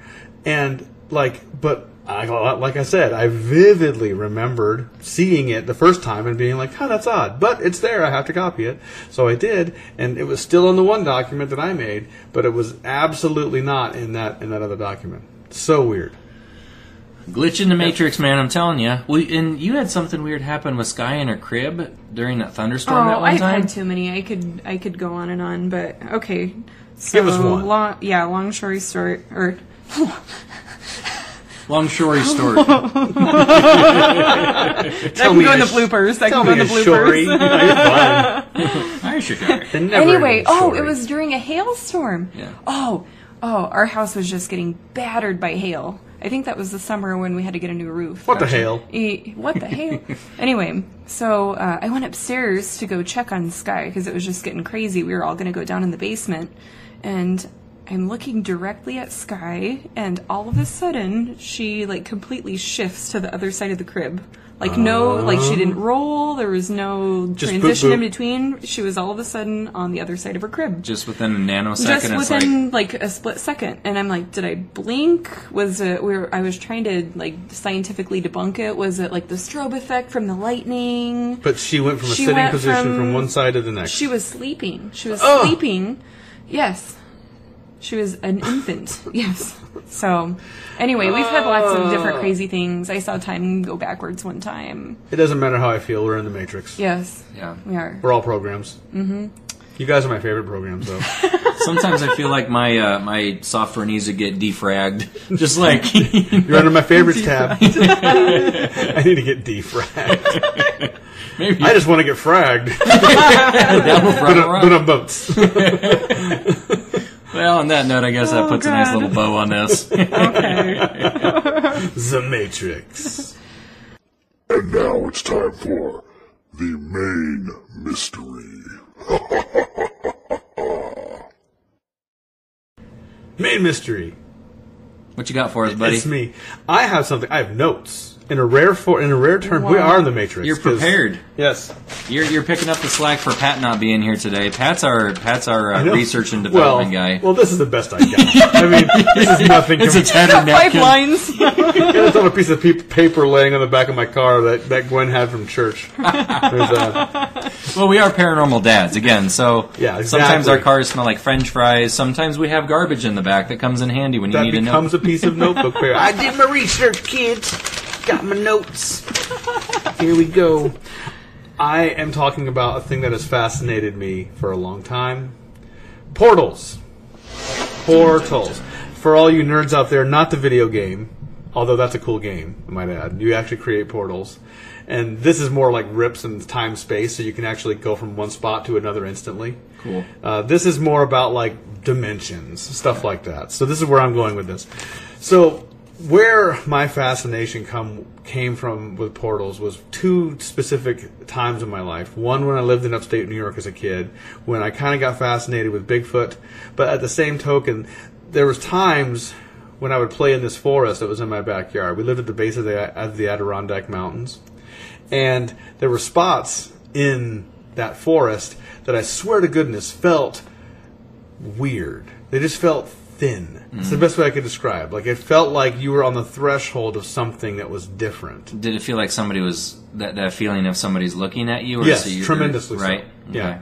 And like, but I, like I said, I vividly remembered seeing it the first time and being like, "Huh, that's odd," but it's there. I have to copy it. So I did, and it was still on the one document that I made, but it was absolutely not in that in that other document. So weird. Glitch in the Matrix, man. I'm telling you. We and you had something weird happen with Sky in her crib during that Oh, thunderstorm that one I've time. had too many. I could I could go on and on, but okay. So, Give us one. Long, yeah, long story short, or Long story short, Tell can go in the bloopers. That Tell can go me in the a bloopers. story. No, you're fine. I should go. The never-ending anyway, oh, it story. was during a hailstorm. Yeah. Oh, oh, our house was just getting battered by hail. I think that was the summer when we had to get a new roof. what the hell. Eh, What the hell? anyway, so uh, I went upstairs to go check on Sky because it was just getting crazy. We were all going to go down in the basement, and I'm looking directly at Sky, and all of a sudden she like completely shifts to the other side of the crib. Like no, like she didn't roll. There was no Oh. Just boop, transition in boop. between. She was all of a sudden on the other side of her crib Just within a nanosecond, just it's like within like, a split second and i'm like did i blink was it we were, i was trying to like scientifically debunk it was it like the strobe effect from the lightning But she went from a She sitting went position from- from, one side to the next. she was sleeping she was Ugh. sleeping yes she was an infant yes so anyway we've had lots of Oh! different crazy things i saw time go backwards one time It doesn't matter how I feel. We're in the Matrix. yes yeah. we are We're all programs. Mm-hmm. You guys are my favorite programs, though. Sometimes I feel like my uh, my software needs to get defragged. Just like You're under my favorites tab. I need to get defragged. maybe I just want to get fragged. that will but, run i but I'm boats. Well, on that note, I guess that Oh, puts a nice God. little bow on this. the Matrix. And now it's time for the main mystery. Main mystery. What you got for us, buddy? It's me. I have something. I have notes. In a rare for in a rare turn, we Wow. are in the Matrix. You're 'cause- prepared. Yes. You're, you're picking up the slack for Pat not being here today. Pat's our Pat's our uh, I know. research and development well, guy. Well, this is the best I got. I mean, this is nothing. it's a compared- tattered napkin. Pipelines. It's on a piece of pe- paper laying on the back of my car that, that Gwen had from church. There's, uh, Well, we are paranormal dads again, so Yeah, sometimes exactly. our cars smell like French fries. Sometimes we have garbage in the back that comes in handy when you that need becomes a a piece of notebook paper. I did my research, kids. Got my notes. Here we go. I am talking about a thing that has fascinated me for a long time: portals. Portals. For all you nerds out there, not the video game, although that's a cool game, I might add. You actually create portals. And this is more like rips in time space, so you can actually go from one spot to another instantly. Cool. Uh, this is more about like dimensions, stuff like that. So this is where I'm going with this. So where my fascination come came from with portals was two specific times in my life. One when I lived in upstate New York as a kid, when I kind of got fascinated with Bigfoot. But at the same token, there was times when I would play in this forest that was in my backyard. We lived at the base of the of the Adirondack Mountains, and there were spots in that forest that I swear to goodness felt weird. They just felt thin. It's the best way I could describe. Like it felt like you were on the threshold of something that was different. note. Did it feel like somebody was that, that feeling of somebody's looking at you? Or Yes, so you're- tremendously so. Right. Yeah. Okay.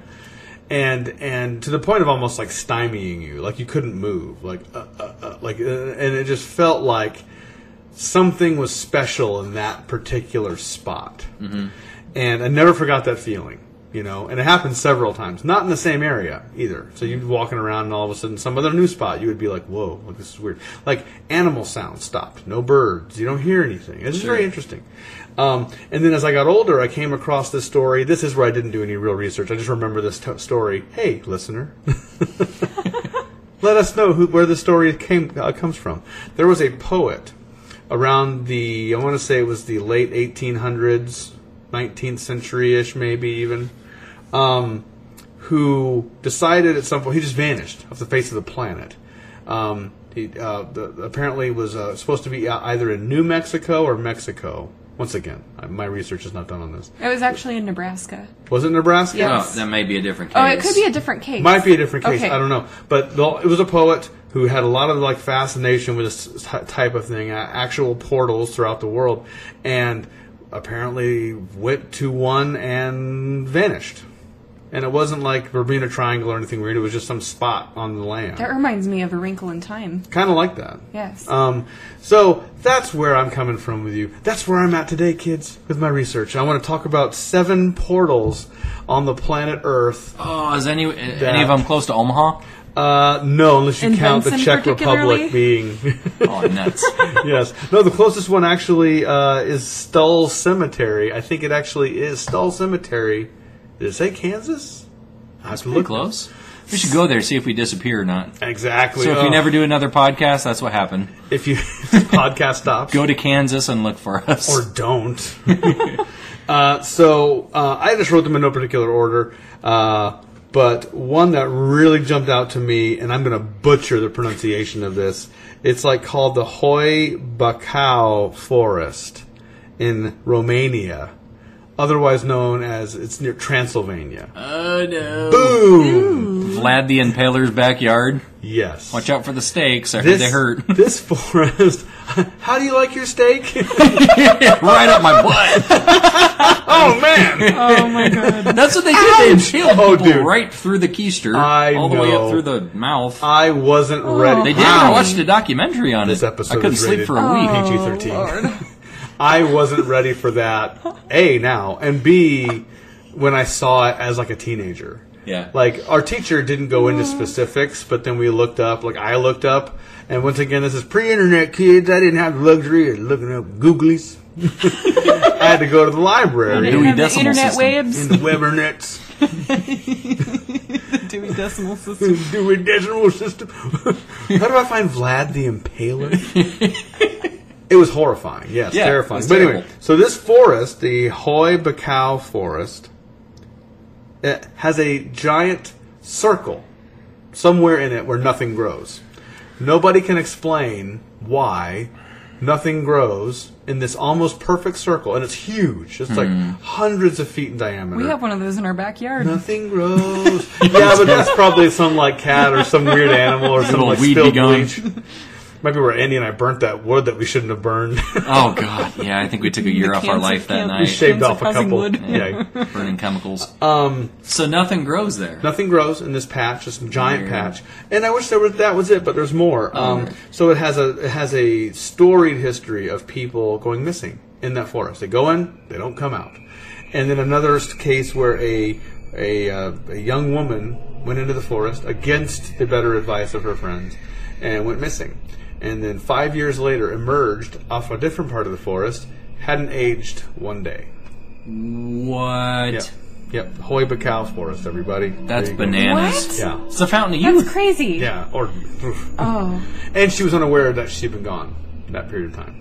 and and to the point of almost like stymieing you, like you couldn't move, like uh, uh, uh, like, uh, and it just felt like something was special in that particular spot, Mm-hmm. and I never forgot that feeling, you know. And it happened several times, not in the same area either. So you'd be walking around, and all of a sudden, some other new spot, you would be like, "Whoa, like this is weird." Like animal sounds stopped, no birds, you don't hear anything. It's just very interesting. Um, and then as I got older, I came across this story. This is where I didn't do any real research. I just remember this t- story. Hey, listener, let us know who, where the story came uh, comes from. There was a poet around the I want to say it was the late 1800s, 19th century ish, maybe even, um, who decided at some point he just vanished off the face of the planet. Um, he uh, the, apparently was uh, supposed to be uh, either in New Mexico or Mexico. Once again, I- my research is not done on this. It was actually in Nebraska. Was it Nebraska? Yeah. Oh, that may be a different case. Oh, it could be a different case. Might be a different case. Okay. I don't know. But the, it was a poet who had a lot of like fascination with this t- type of thing, uh, actual portals throughout the world, and apparently went to one and vanished. And it wasn't like Bermuda Triangle or anything weird. It was just some spot on the land. That reminds me of A Wrinkle in Time. Kind of like that. Yes. Um, so that's where I'm coming from with you. That's where I'm at today, kids, with my research. I want to talk about seven portals on the planet Earth Oh, is any any of them close to Omaha? Uh, no, unless you In count the Benson Czech Republic being. Oh, nuts. yes. No, the closest one actually uh, is Stull Cemetery. I think it actually is Stull Cemetery. Did it say Kansas? I have to Pretty look close. We should go there see if we disappear or not. Exactly. So if Oh, we never do another podcast, that's what happened. if you if the podcast stops, Go to Kansas and look for us. or don't. uh, so uh, I just wrote them in no particular order, uh, but one that really jumped out to me, and I'm going to butcher the pronunciation of this. It's like called the Hoi Bacau Forest in Romania, otherwise known as it's near Transylvania. oh no. Boom! Vlad the Impaler's backyard. Yes. Watch out for the stakes. I heard This, they hurt. this forest. How do you like your steak? right up my butt. oh man! That's what they did. They impaled Oh, people dude. right through the keister, I all the way know. up through the mouth. I wasn't ready. they did. I Wow. watched a documentary on This it. episode I couldn't is sleep rated for a Oh. week. PG thirteen. I wasn't ready for that. A now and B when I saw it as like a teenager. Yeah. Like our teacher didn't go into specifics, but then we looked up. Like I looked up, and once again, this is pre-internet kids. I didn't have the luxury of looking up Googlies. I had to go to the library Dewey And the Decimal internet System. waves. in the Webernets. Dewey Decimal System. Dewey Decimal System. How do I find Vlad the Impaler? it was horrifying. Yes, Yeah, terrifying. it was but anyway, terrible. so this forest, the Hoi Bacau Forest, eh, it has a giant circle somewhere in it where nothing grows. Nobody can explain why nothing grows in this almost perfect circle, and it's huge. It's like hundreds of feet in diameter. We have one of those in our backyard. Nothing grows. yeah, but that's probably some like cat or some weird animal or some Little like weed spilled begun. bleach. Might be where Andy and I burnt that wood that we shouldn't have burned. Oh god, yeah, I think we took a year off our cans life of that cans. we night. shaved Cancer off a causing couple. wood. Yeah. burning chemicals. Um, so nothing grows there. Nothing grows in this patch, this Mm. giant patch. And I wish there was that was it, but there's more. Oh, Um, so it has a it has a storied history of people going missing in that forest. They go in, they don't come out. And then another s- case where a a, uh, a young woman went into the forest against the better advice of her friends and went missing. And then five years later, emerged off a different part of the forest, hadn't aged one day. What? Yep, yep. Hoi Bacow Forest, everybody. That's There you go. bananas. What? Yeah. It's a fountain of That's youth. crazy. Yeah, or Oh, and she was unaware that she'd been gone that period of time.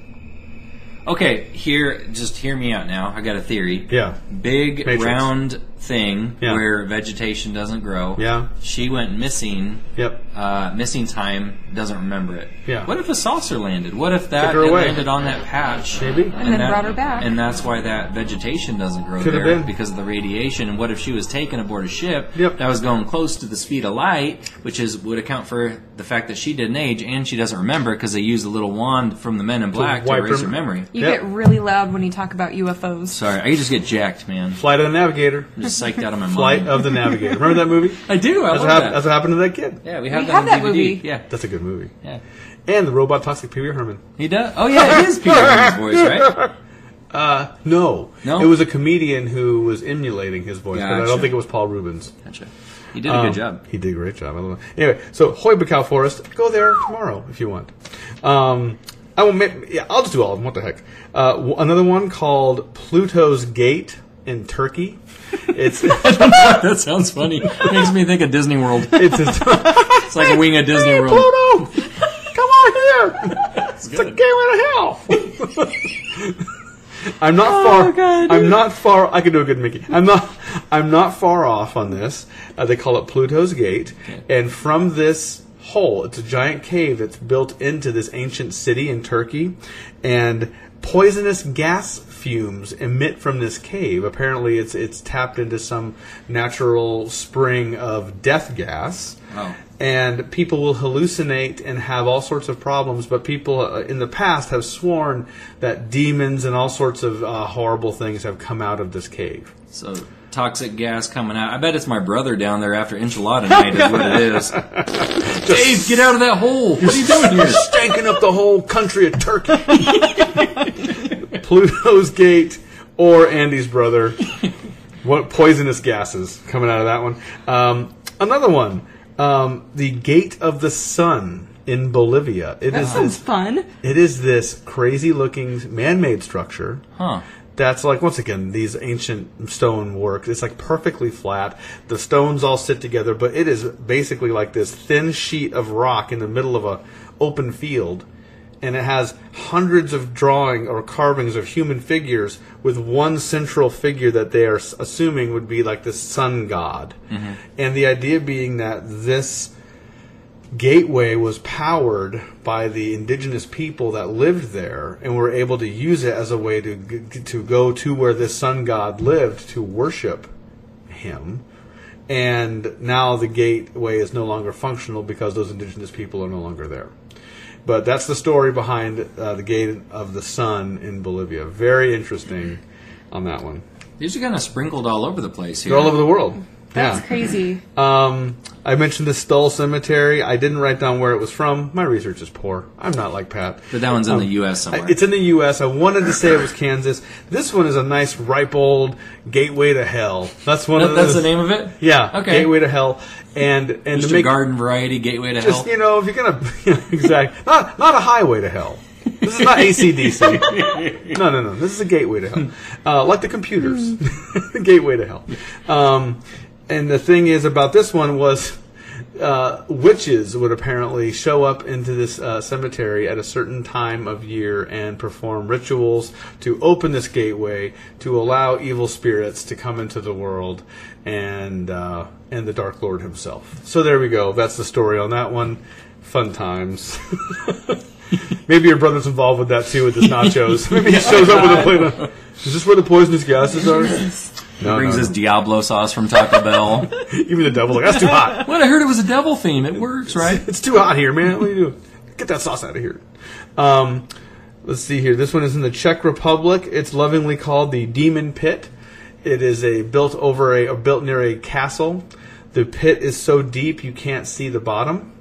Okay, here, just hear me out now. I got a theory. Yeah, Big Matrix. round thing Yeah. where vegetation doesn't grow. Yeah. She went missing. yep. Uh, missing time doesn't remember it. Yeah. What if a saucer landed? What if that Took her it away. landed on that patch? Maybe. And then that- brought her back. And that's why that vegetation doesn't grow Could have there been. because of the radiation. And what if she was taken aboard a ship Yep. that was going close to the speed of light, which is would account for the fact that she didn't age and she doesn't remember because they used a little wand from the Men in Black to, wipe erase her- her memory. you Yep. get really loud when you talk about UFOs. Sorry, I just get jacked, man. Flight of the Navigator. I'm just psyched out of my Flight mind. of the Navigator. Remember that movie? I do. I That's love what, hap- that. that's what happened to that kid. yeah, we have We that, have on that DVD. movie. Yeah, That's a good movie. yeah. And the robot toxic Pee Wee Herman. He does. Oh yeah, it is Peter Green's voice, right? No, No? it was a comedian who was emulating his voice, but I Gotcha. don't think it was Paul Rubens. Oh, Gotcha. He did a Um, good job. He did a great job. I love it. Anyway, so Hoy Bacow Forest, go there tomorrow if you want. Um, I will. Make, yeah, I'll just do all of them. What the heck? Uh, w- another one called Pluto's Gate in Turkey. It's That sounds funny. Makes me think of Disney World. it's a, It's like a wing of Disney World. Pluto. Come on here. It's the good. gateway to hell. I'm not far. I'm not far. I could do a good Mickey. I'm not. I'm not far off on this. Uh, they call it Pluto's Gate, and from this hole, it's a giant cave that's built into this ancient city in Turkey, and poisonous gas fumes emit from this cave. Apparently, it's it's tapped into some natural spring of death gas Oh. and people will hallucinate and have all sorts of problems. But people uh, in the past have sworn that demons and all sorts of uh, horrible things have come out of this cave. So toxic gas coming out. I bet it's my brother down there after enchilada night is what it is. Dave, get out of that hole. What are you doing here? Stanking up the whole country of Turkey. Pluto's Gate or Andy's brother. What poisonous gases coming out of that one? Um, another one, um, the Gate of the Sun in Bolivia. It is Sounds this. fun. It is this crazy-looking man-made structure. Huh. that's like once again these ancient stone works it's like perfectly flat the stones all sit together but it is basically like this thin sheet of rock in the middle of a open field and it has hundreds of drawing or carvings of human figures with one central figure that they are s- assuming would be like the sun god and the idea being that this gateway was powered by the indigenous people that lived there and were able to use it as a way to g- to go to where this sun god lived to worship him and now the gateway is no longer functional because those indigenous people are no longer there but that's the story behind uh, the gate of the sun in Bolivia very interesting on that one These are kind of sprinkled all over the place here. they're all over the world That's yeah. crazy. Um, I mentioned the Stull Cemetery. I didn't write down where it was from. My research is poor. I'm not like Pat. but that one's in the U.S. somewhere. Um, I- It's in the U.S. I wanted to say it was Kansas. This one is a nice, ripe old gateway to hell. That's one That- of that's those. the name of it. Yeah. Okay. Gateway to hell, and and Just to a make garden variety gateway to hell. just you know if you're gonna exact not not a highway to hell. This is not ACDC. no, no, no. This is a gateway to hell, uh, like the computers. gateway to hell. Um, and the thing is about this one was uh, witches would apparently show up into this uh, cemetery at a certain time of year and perform rituals to open this gateway to allow evil spirits to come into the world and uh, and the Dark Lord himself. So there we go. That's the story on that one. Fun times. Maybe your brother's involved with that too with his nachos. Maybe he shows up with a plate of. Is this where the poisonous gases are? No, brings no, us Diablo sauce from Taco Bell. Even the devil's like, that's too hot. what I heard it was a devil theme. It works, right? It's too hot here, man. What are you doing? Get that sauce out of here. Um, let's see here. This one is in the Czech Republic. It's lovingly called the Demon Pit. It is a built over a or built near a castle. The pit is so deep you can't see the bottom,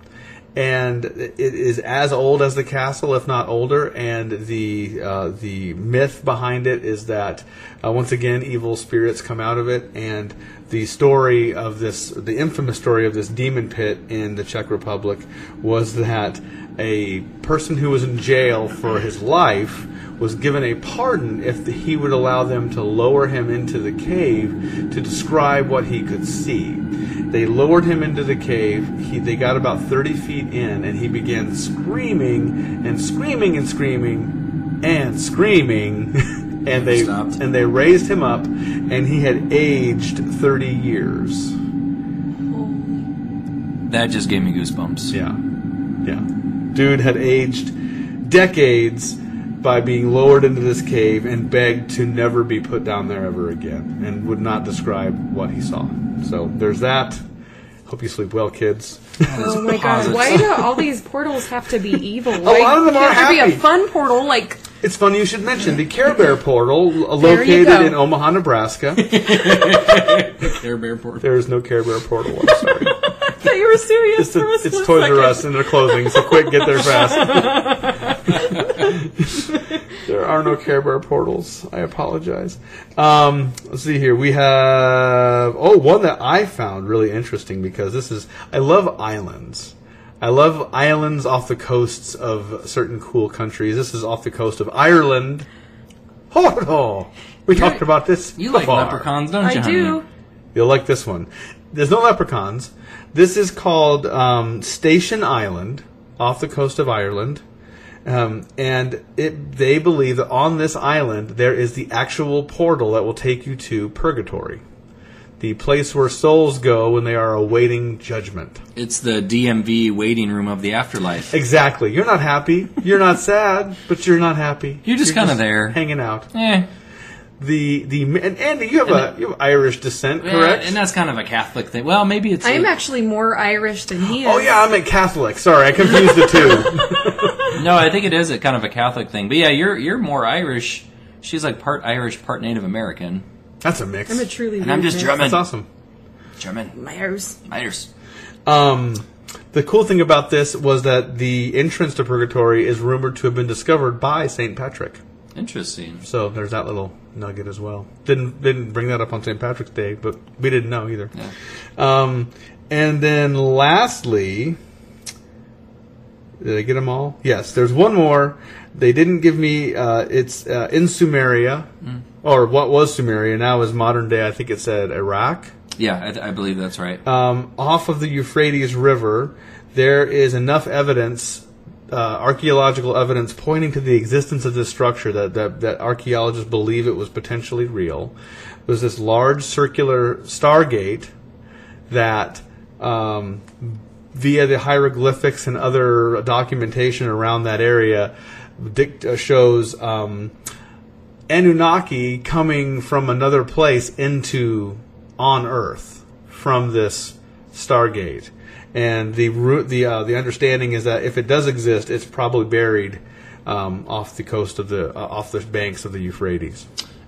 and it is as old as the castle, if not older. And the uh, the myth behind it is that uh, once again evil spirits come out of it, and the story of this, the infamous story of this demon pit in the Czech Republic, was that a person who was in jail for his life was given a pardon if he would allow them to lower him into the cave to describe what he could see. They lowered him into the cave. He, they got about 30 feet in, and he began screaming and screaming and screaming and screaming. And they Stopped. and they raised him up, and he had aged 30 years. That just gave me goosebumps. Yeah. Yeah. Dude had aged decades by being lowered into this cave and begged to never be put down there ever again and would not describe what he saw. So there's that. Hope you sleep well, kids. Oh my god! Why do all these portals have to be evil? A lot of them are can't there be happy. a fun portal like It's funny you should mention the Care Bear portal lo- There you located go. in Omaha, Nebraska. Care Bear Portal. There is no Care Bear portal. I'm sorry. that? You were serious It's, for a a, it's split Toys second. R Us and they're closing, so quick, get there fast. there are no Care Bear portals. I apologize. Um, let's see here. We have oh one that I found really interesting because this is I love islands. I love islands off the coasts of certain cool countries. This is off the coast of Ireland. Oh, no. we talked about this. You like before. leprechauns, don't I you? honey? do. You'll like this one. There's no leprechauns. This is called um, Station Island, off the coast of Ireland, um, and it, they believe that on this island there is the actual portal that will take you to purgatory, the place where souls go when they are awaiting judgment. It's the DMV waiting room of the afterlife. Exactly. You're not happy. You're not sad, but you're not happy. You're just kinda there. hanging out. Eh, The the and Andy, you have a you have Irish descent, correct? Yeah, and that's kind of a Catholic thing. Well, maybe it's. I am a- actually more Irish than he is. oh yeah, I'm a Catholic. Sorry, I confused the two. No, I think it is a kind of a Catholic thing. But yeah, you're you're more Irish. She's like part Irish, part Native American. That's a mix. I'm a truly. And I'm weird just man. German. That's awesome. German. Myers. Irish. Um, the cool thing about this was that the entrance to purgatory is rumored to have been discovered by Saint Patrick. Interesting. So there's that little nugget as well. Didn't didn't bring that up on St. Patrick's Day, but we didn't know either. Um, and then lastly, did I get them all? Yes. There's one more. They didn't give me. Uh, it's uh, in Sumeria, or what was Sumeria now is modern day. I think it said Iraq. Yeah, I, th- I believe that's right. um, off of the Euphrates River, there is enough evidence, uh, archaeological evidence, pointing to the existence of this structure that, that, that archaeologists believe it was potentially real. It was this large circular stargate that, um, via the hieroglyphics and other documentation around that area, dict- uh, shows um, Anunnaki coming from another place into on Earth from this Stargate, and the root the uh, the understanding is that if it does exist, it's probably buried um, off the coast of the uh, off the banks of the Euphrates.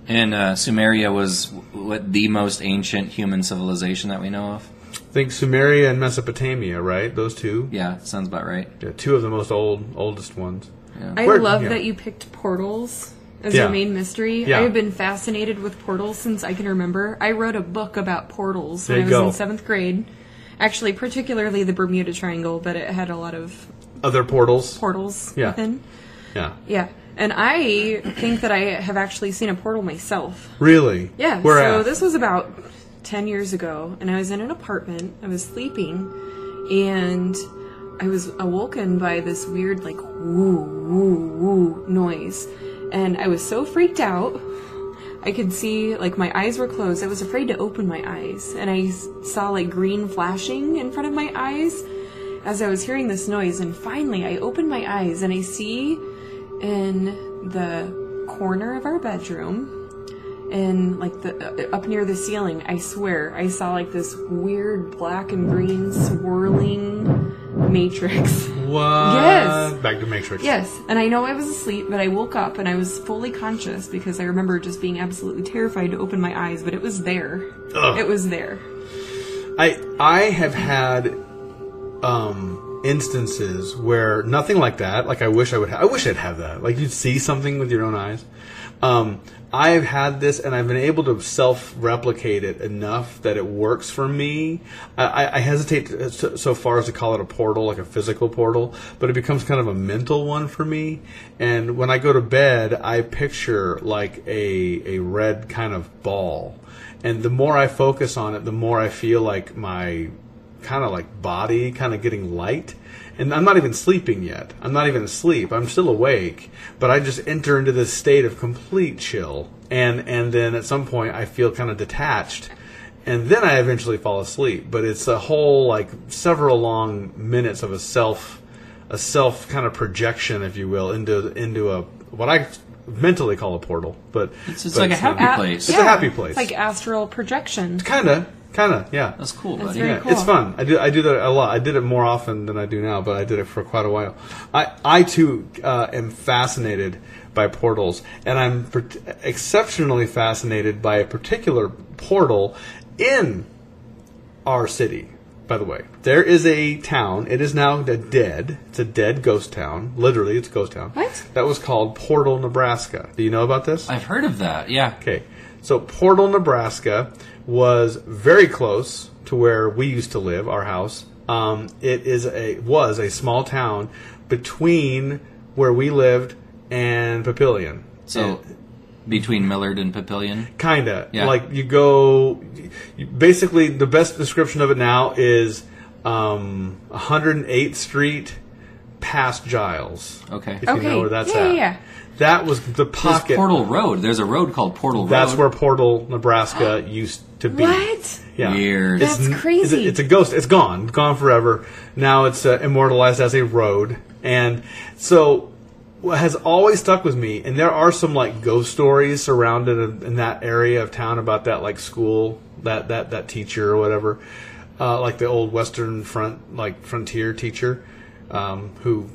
and uh, Sumeria was w- what the most ancient human civilization that we know of. Think Sumeria and Mesopotamia, right? Those two, Yeah, sounds about right. yeah, two of the most old oldest ones. I Where- love yeah. that you picked portals as Yeah. your main mystery. Yeah. I have been fascinated with portals since I can remember. I wrote a book about portals There when I was you go. in seventh grade. Actually, particularly the Bermuda Triangle, but it had a lot of Other portals, portals Yeah. within. yeah, Yeah. And I think that I have actually seen a portal myself. really, Yeah. Where so at? this was about 10 years ago, and I was in an apartment. I was sleeping, and I was awoken by this weird like woo woo woo noise, and I was so freaked out. I could see like my eyes were closed. I was afraid to open my eyes, and I s- saw like green flashing in front of my eyes as I was hearing this noise. And finally, I opened my eyes and I see in the corner of our bedroom and like the uh, up near the ceiling i swear i saw like this weird black and green swirling matrix What? Yes. Back to Matrix. yes and i know i was asleep but i woke up and i was fully conscious because i remember just being absolutely terrified to open my eyes but it was there Ugh. it was there I I have had um, instances where nothing like that. Like I wish I would. Ha- I wish I'd have that. Like you'd see something with your own eyes. Um, I've had this, and I've been able to self-replicate it enough that it works for me. I, I- I hesitate to, so, so far as to call it a portal, like a physical portal, but it becomes kind of a mental one for me. And when I go to bed, I picture like a a red kind of ball, and the more I focus on it, the more I feel like my kind of like body kind of getting light and i'm not even sleeping yet i'm not even asleep i'm still awake but i just enter into this state of complete chill and and then at some point i feel kind of detached and then i eventually fall asleep but it's a whole like several long minutes of a self a self kind of projection if you will into into a what i mentally call a portal but It's, it's but like a not- happy place. it's a happy place like astral projection kind of kind of yeah That's cool, buddy. very yeah, it's fun. I do I do that a lot. I did it more often than I do now, but I did it for quite a while. I I too uh, am fascinated by portals, and I'm per- exceptionally fascinated by a particular portal in our city. By the way, there is a town. It is now a dead. It's a dead ghost town. Literally, it's a ghost town. What? That was called Portal, Nebraska. Do you know about this? I've heard of that. Yeah. Okay, so Portal, Nebraska was very close to where we used to live, our house. Um, it is a was a small town between where we lived and Papillion. So between Millard and Papillion. Kinda Yeah. like you go. You, basically, the best description of it now is um, 108th Street past Giles. Okay. If you know Okay, where that's yeah, at. yeah, yeah. That was the There's pocket. Portal Road. There's a road called Portal That's where Road. Portal, Nebraska used to be. what Yeah. Weird. It's That's n- It's crazy. a, it's a ghost. It's gone. Gone forever. Now it's uh, immortalized as a road. And so what has always stuck with me, and there are some like ghost stories surrounded in, in that area of town about that like school, that that that teacher or whatever, uh, like the old Western front like frontier teacher, um, who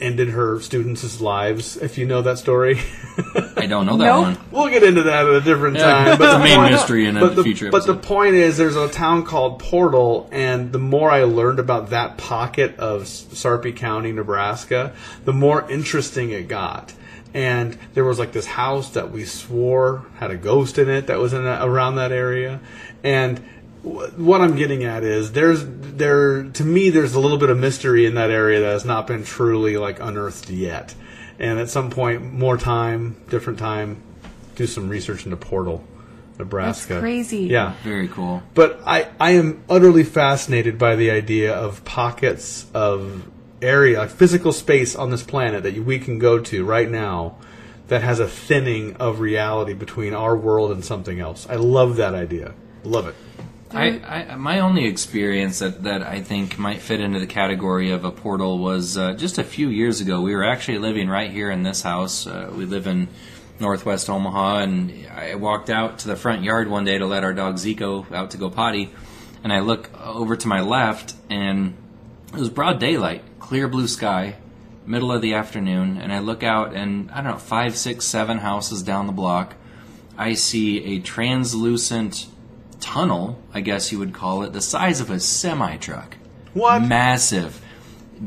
ended her students' lives. If you know that story. I don't know that Nope. one. We'll get into that at a different time. that's Uh, But a main mystery in a but the, future But the episode. point is, there's a town called Portal, and the more I learned about that pocket of S- Sarpy County, Nebraska, the more interesting it got. And there was like this house that we swore had a ghost in it that was in a, around that area, and wh- what I'm getting at is there's there to me there's a little bit of mystery in that area that has not been truly like unearthed yet, and at some point more time, different time, do some research into Portal, Nebraska. crazy. Yeah, Very cool. but I, I am utterly fascinated by the idea of pockets of area, like physical space on this planet that we can go to right now that has a thinning of reality between our world and something else. I love that idea. Love it. I, I my only experience that, that I think might fit into the category of a portal was uh, just a few years ago. We were actually living right here in this house. Uh, we live in Northwest Omaha, and I walked out to the front yard one day to let our dog Zico out to go potty, and I look over to my left, and it was broad daylight, clear blue sky, middle of the afternoon, and I look out, and I don't know, five, six, seven houses down the block. I see a translucent tunnel, I guess you would call it, the size of a semi truck. What? Massive.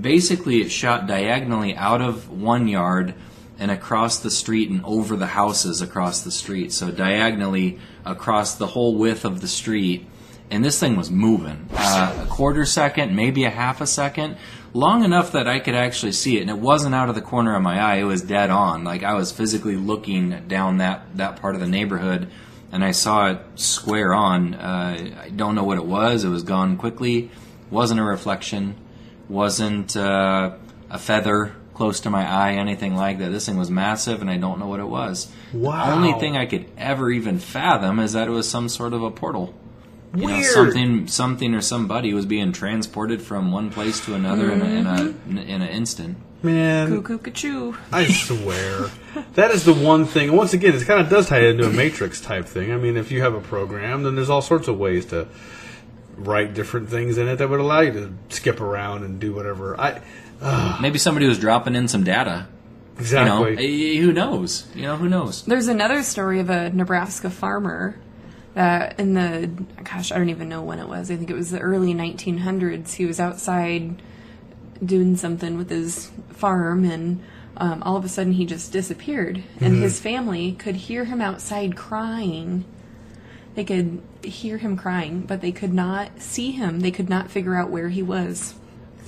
Basically, it shot diagonally out of one yard and across the street and over the houses across the street. So, diagonally across the whole width of the street. And this thing was moving uh, a quarter second, maybe a half a second, long enough that I could actually see it. And it wasn't out of the corner of my eye, it was dead on. Like, I was physically looking down that, that part of the neighborhood and I saw it square on. Uh, I don't know what it was. It was gone quickly, wasn't a reflection, wasn't uh, a feather close to my eye, anything like that. This thing was massive, and I don't know what it was. Wow. The only thing I could ever even fathom is that it was some sort of a portal. You know, Weird. something, something, or somebody was being transported from one place to another in, a, Mm-hmm. in, a, in an instant. Man, Cuckoo-ca-choo. I swear. That is the one thing. Once again, it kind of does tie into a matrix type thing. I mean, if you have a program, then there's all sorts of ways to write different things in it that would allow you to skip around and do whatever. I Maybe somebody was dropping in some data. You know, exactly. Eh, who knows? You know, who knows? There's another story of a Nebraska farmer that in the gosh, I don't even know when it was. I think it was the early 1900s. He was outside doing something with his farm and um, all of a sudden he just disappeared and his family could hear him outside crying. They could hear him crying, but they could not see him. They could not figure out where he was.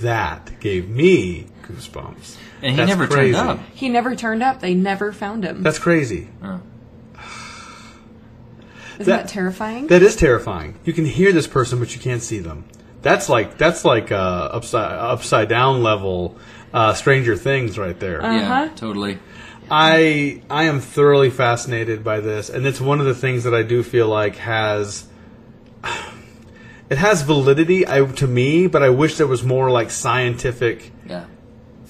that gave me goosebumps. And he That's never crazy. turned up. Uh, He never turned up. They never found him. That's crazy. Isn't that, that- terrifying? That is terrifying. You can hear this person, but you can't see them. That's like that's like uh, upside upside down level uh, Stranger Things right there. Yeah, totally. I I am thoroughly fascinated by this, and it's one of the things that I do feel like has it has validity I, to me, but I wish there was more like scientific Yeah.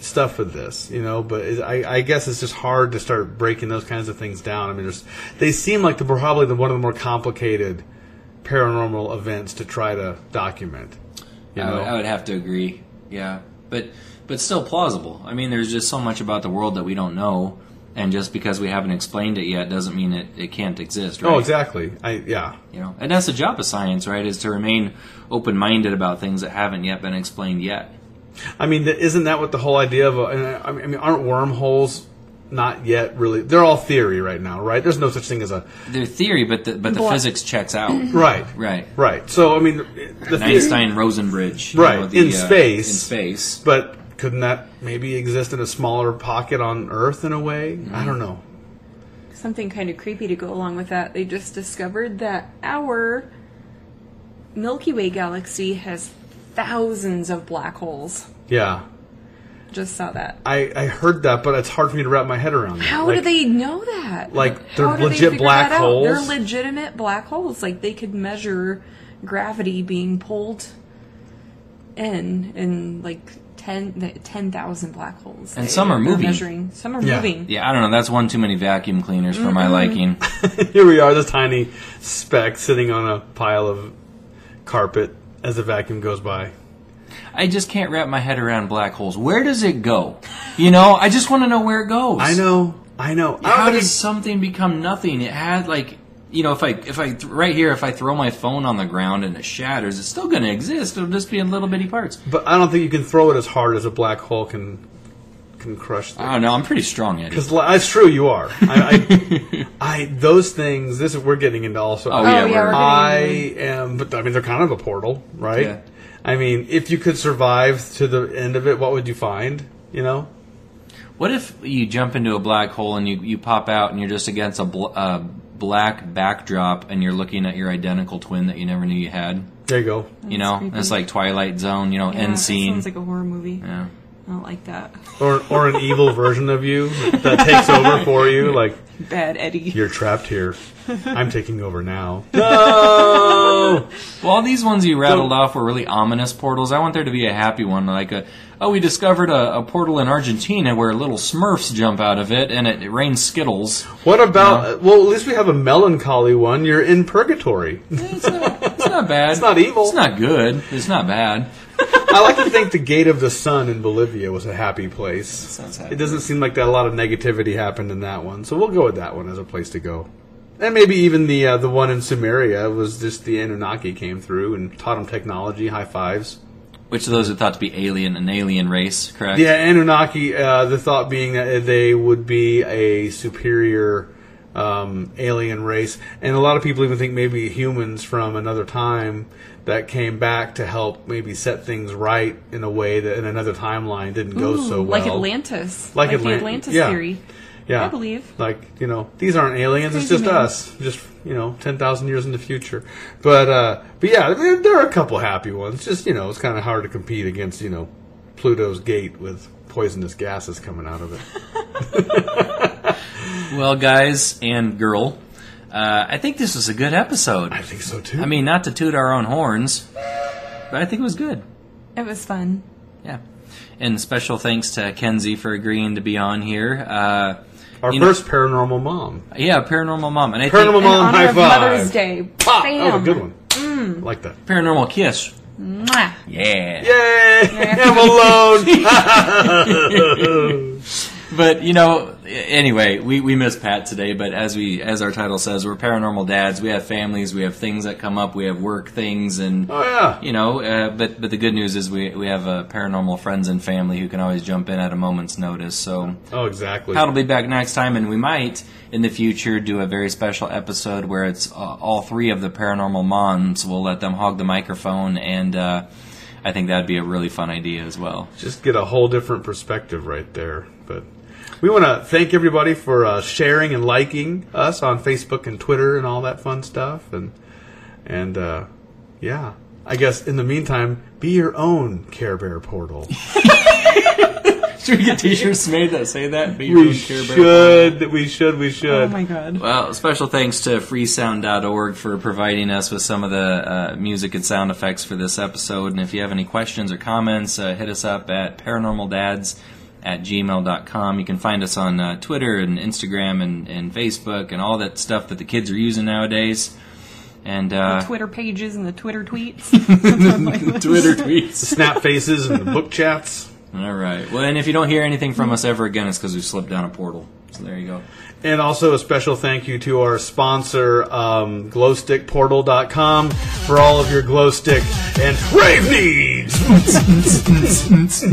stuff with this, you know. But it, I, I guess it's just hard to start breaking those kinds of things down. I mean, there's, they seem like the probably the one of the more complicated paranormal events to try to document. You I know, would, I would have to agree. Yeah, but but still plausible. I mean, there's just so much about the world that we don't know, and just because we haven't explained it yet doesn't mean it, it can't exist. Right? oh, exactly. I yeah, You know, and that's the job of science, right? Is to remain open minded about things that haven't yet been explained yet. I mean, th- isn't that what the whole idea of? a- and I I mean, aren't wormholes not yet really? They're all theory right now, right? There's no such thing as a Their theory, but the, but the physics checks out. right, Right. right. So I mean, the An theory, Einstein Rosen bridge. Right, in space. uh, In space. but couldn't that maybe exist in a smaller pocket on Earth in a way? Mm-hmm. I don't know. Something kind of creepy to go along with that. They just discovered that our Milky Way galaxy has thousands of black holes. Yeah. Just saw that. I, I heard that, but it's hard for me to wrap my head around that. How do Like- they know that? Like they're How do they legit figure black that out? holes. They're legitimate black holes. Like they could measure gravity being pulled in in like 10 10,000 black holes. And some are They're moving. Measuring. Some are Yeah. moving. Yeah, I don't know. That's one too many vacuum cleaners for my liking. Here we are, this tiny speck sitting on a pile of carpet as the vacuum goes by. I just can't wrap my head around black holes. Where does it go? You know, I just want to know where it goes. I know, I know. I How don't think does something become nothing? It had like, you know, if I if I th- right here, if I throw my phone on the ground and it shatters, it's still going to exist. It'll just be in little bitty parts. you- but I don't think you can throw it as hard as a black hole can can crush. I don't know. I'm pretty strong, Eddie. Because that's true, you are. I, I, I those things. This is we're getting into also. Oh, yeah, Oh, yeah, we're- we're- I am, but I mean, they're kind of a portal, right? Yeah. I mean, if you could survive to the end of it, what would you find? You know, What if you jump into a black hole and you, you pop out and you're just against a bl- uh, black backdrop and you're looking at your identical twin that you never knew you had? there you go. You know, it's like Twilight Zone. You know, Yeah, end that scene. Sounds like a horror movie. yeah. I don't like that. or or an evil version of you that takes over for you. Like Bad Eddie. you're trapped here. I'm taking over now. No. Well, all these ones you rattled off were really ominous portals. I want there to be a happy one, like a oh, we discovered a, a portal in Argentina where little Smurfs jump out of it and it, it rains Skittles. What about? Well, at least we have a melancholy one. You're in purgatory. It's not, it's not bad. It's not evil. It's not good. It's not bad. I like to think the Gate of the Sun in Bolivia was a happy place. sounds happy. It doesn't seem like that a lot of negativity happened in that one, so we'll go with that one as a place to go. And maybe even the uh, the one in Sumeria was just the Anunnaki came through and taught them technology, high fives. Which of those are thought to be alien, an alien race, correct? Yeah, Anunnaki. Uh, the thought being that they would be a superior um, alien race, and a lot of people even think maybe humans from another time that came back to help maybe set things right in a way that in another timeline didn't go so well. Like Atlantis. Like the Atlan- Atlantis yeah. theory. yeah, I believe. Like you know, these aren't aliens. It's Crazy just man. us. Just you know, ten thousand years in the future. But uh, but yeah, there, there are a couple happy ones. Just you know, it's kind of hard to compete against you know Pluto's gate with poisonous gases coming out of it. Well, guys and girl, uh, I think this was a good episode. I think so too. I mean, not to toot our own horns, but I think it was good. It was fun. Yeah. And special thanks to Kenzie for agreeing to be on here. Uh, our you know- first paranormal mom, yeah, Paranormal Mom. And I paranormal think mom, honor high of five. Mother's Day. Pop! Bam. Ah, That was a good one. I like that. Paranormal Kiss. Mwah. Mm. Yeah. Yay! I'm alone. But, you know, anyway, we, we miss Pat today, but as we as our title says, we're paranormal dads. We have families, we have things that come up, we have work things and oh yeah. you know, uh, but but the good news is we we have uh, paranormal friends and family who can always jump in at a moment's notice. So Oh exactly. Pat will be back next time, and we might in the future do a very special episode where it's uh, all three of the paranormal moms. We'll let them hog the microphone, and uh, I think that'd be a really fun idea as well. just get a whole different perspective right there. But we want to thank everybody for uh, sharing and liking us on Facebook and Twitter and all that fun stuff. And and uh, yeah, I guess in the meantime, be your own Care Bear portal. Should we get T-shirts made that say that? Be your we own Care Bear. should, we should, we should. Oh my god. Well, special thanks to freesound.org for providing us with some of the uh, music and sound effects for this episode. And if you have any questions or comments, uh, hit us up at paranormaldads at gmail.com. You can find us on uh, Twitter and Instagram and, and Facebook and all that stuff that the kids are using nowadays. And uh, Twitter pages and the Twitter tweets. Twitter tweets. Snap faces and the book chats. All right. Well, and if you don't hear anything from us ever again, it's because we slipped down a portal. So there you go. And also a special thank you to our sponsor, um, glowstickportal.com, for all of your glow stick and rave needs. this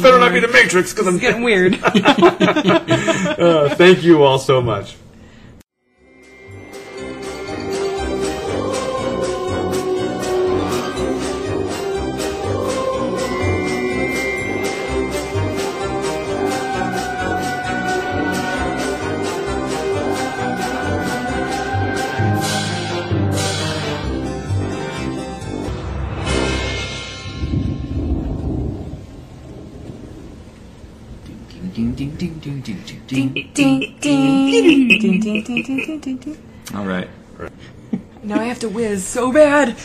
better not be the Matrix because I'm Getting weird. Uh, thank you all so much. Ding, ding, ding, ding, ding, ding, ding. ding, ding. ding, ding, ding, ding, ding, ding, ding. All right. Now I have to whiz so bad.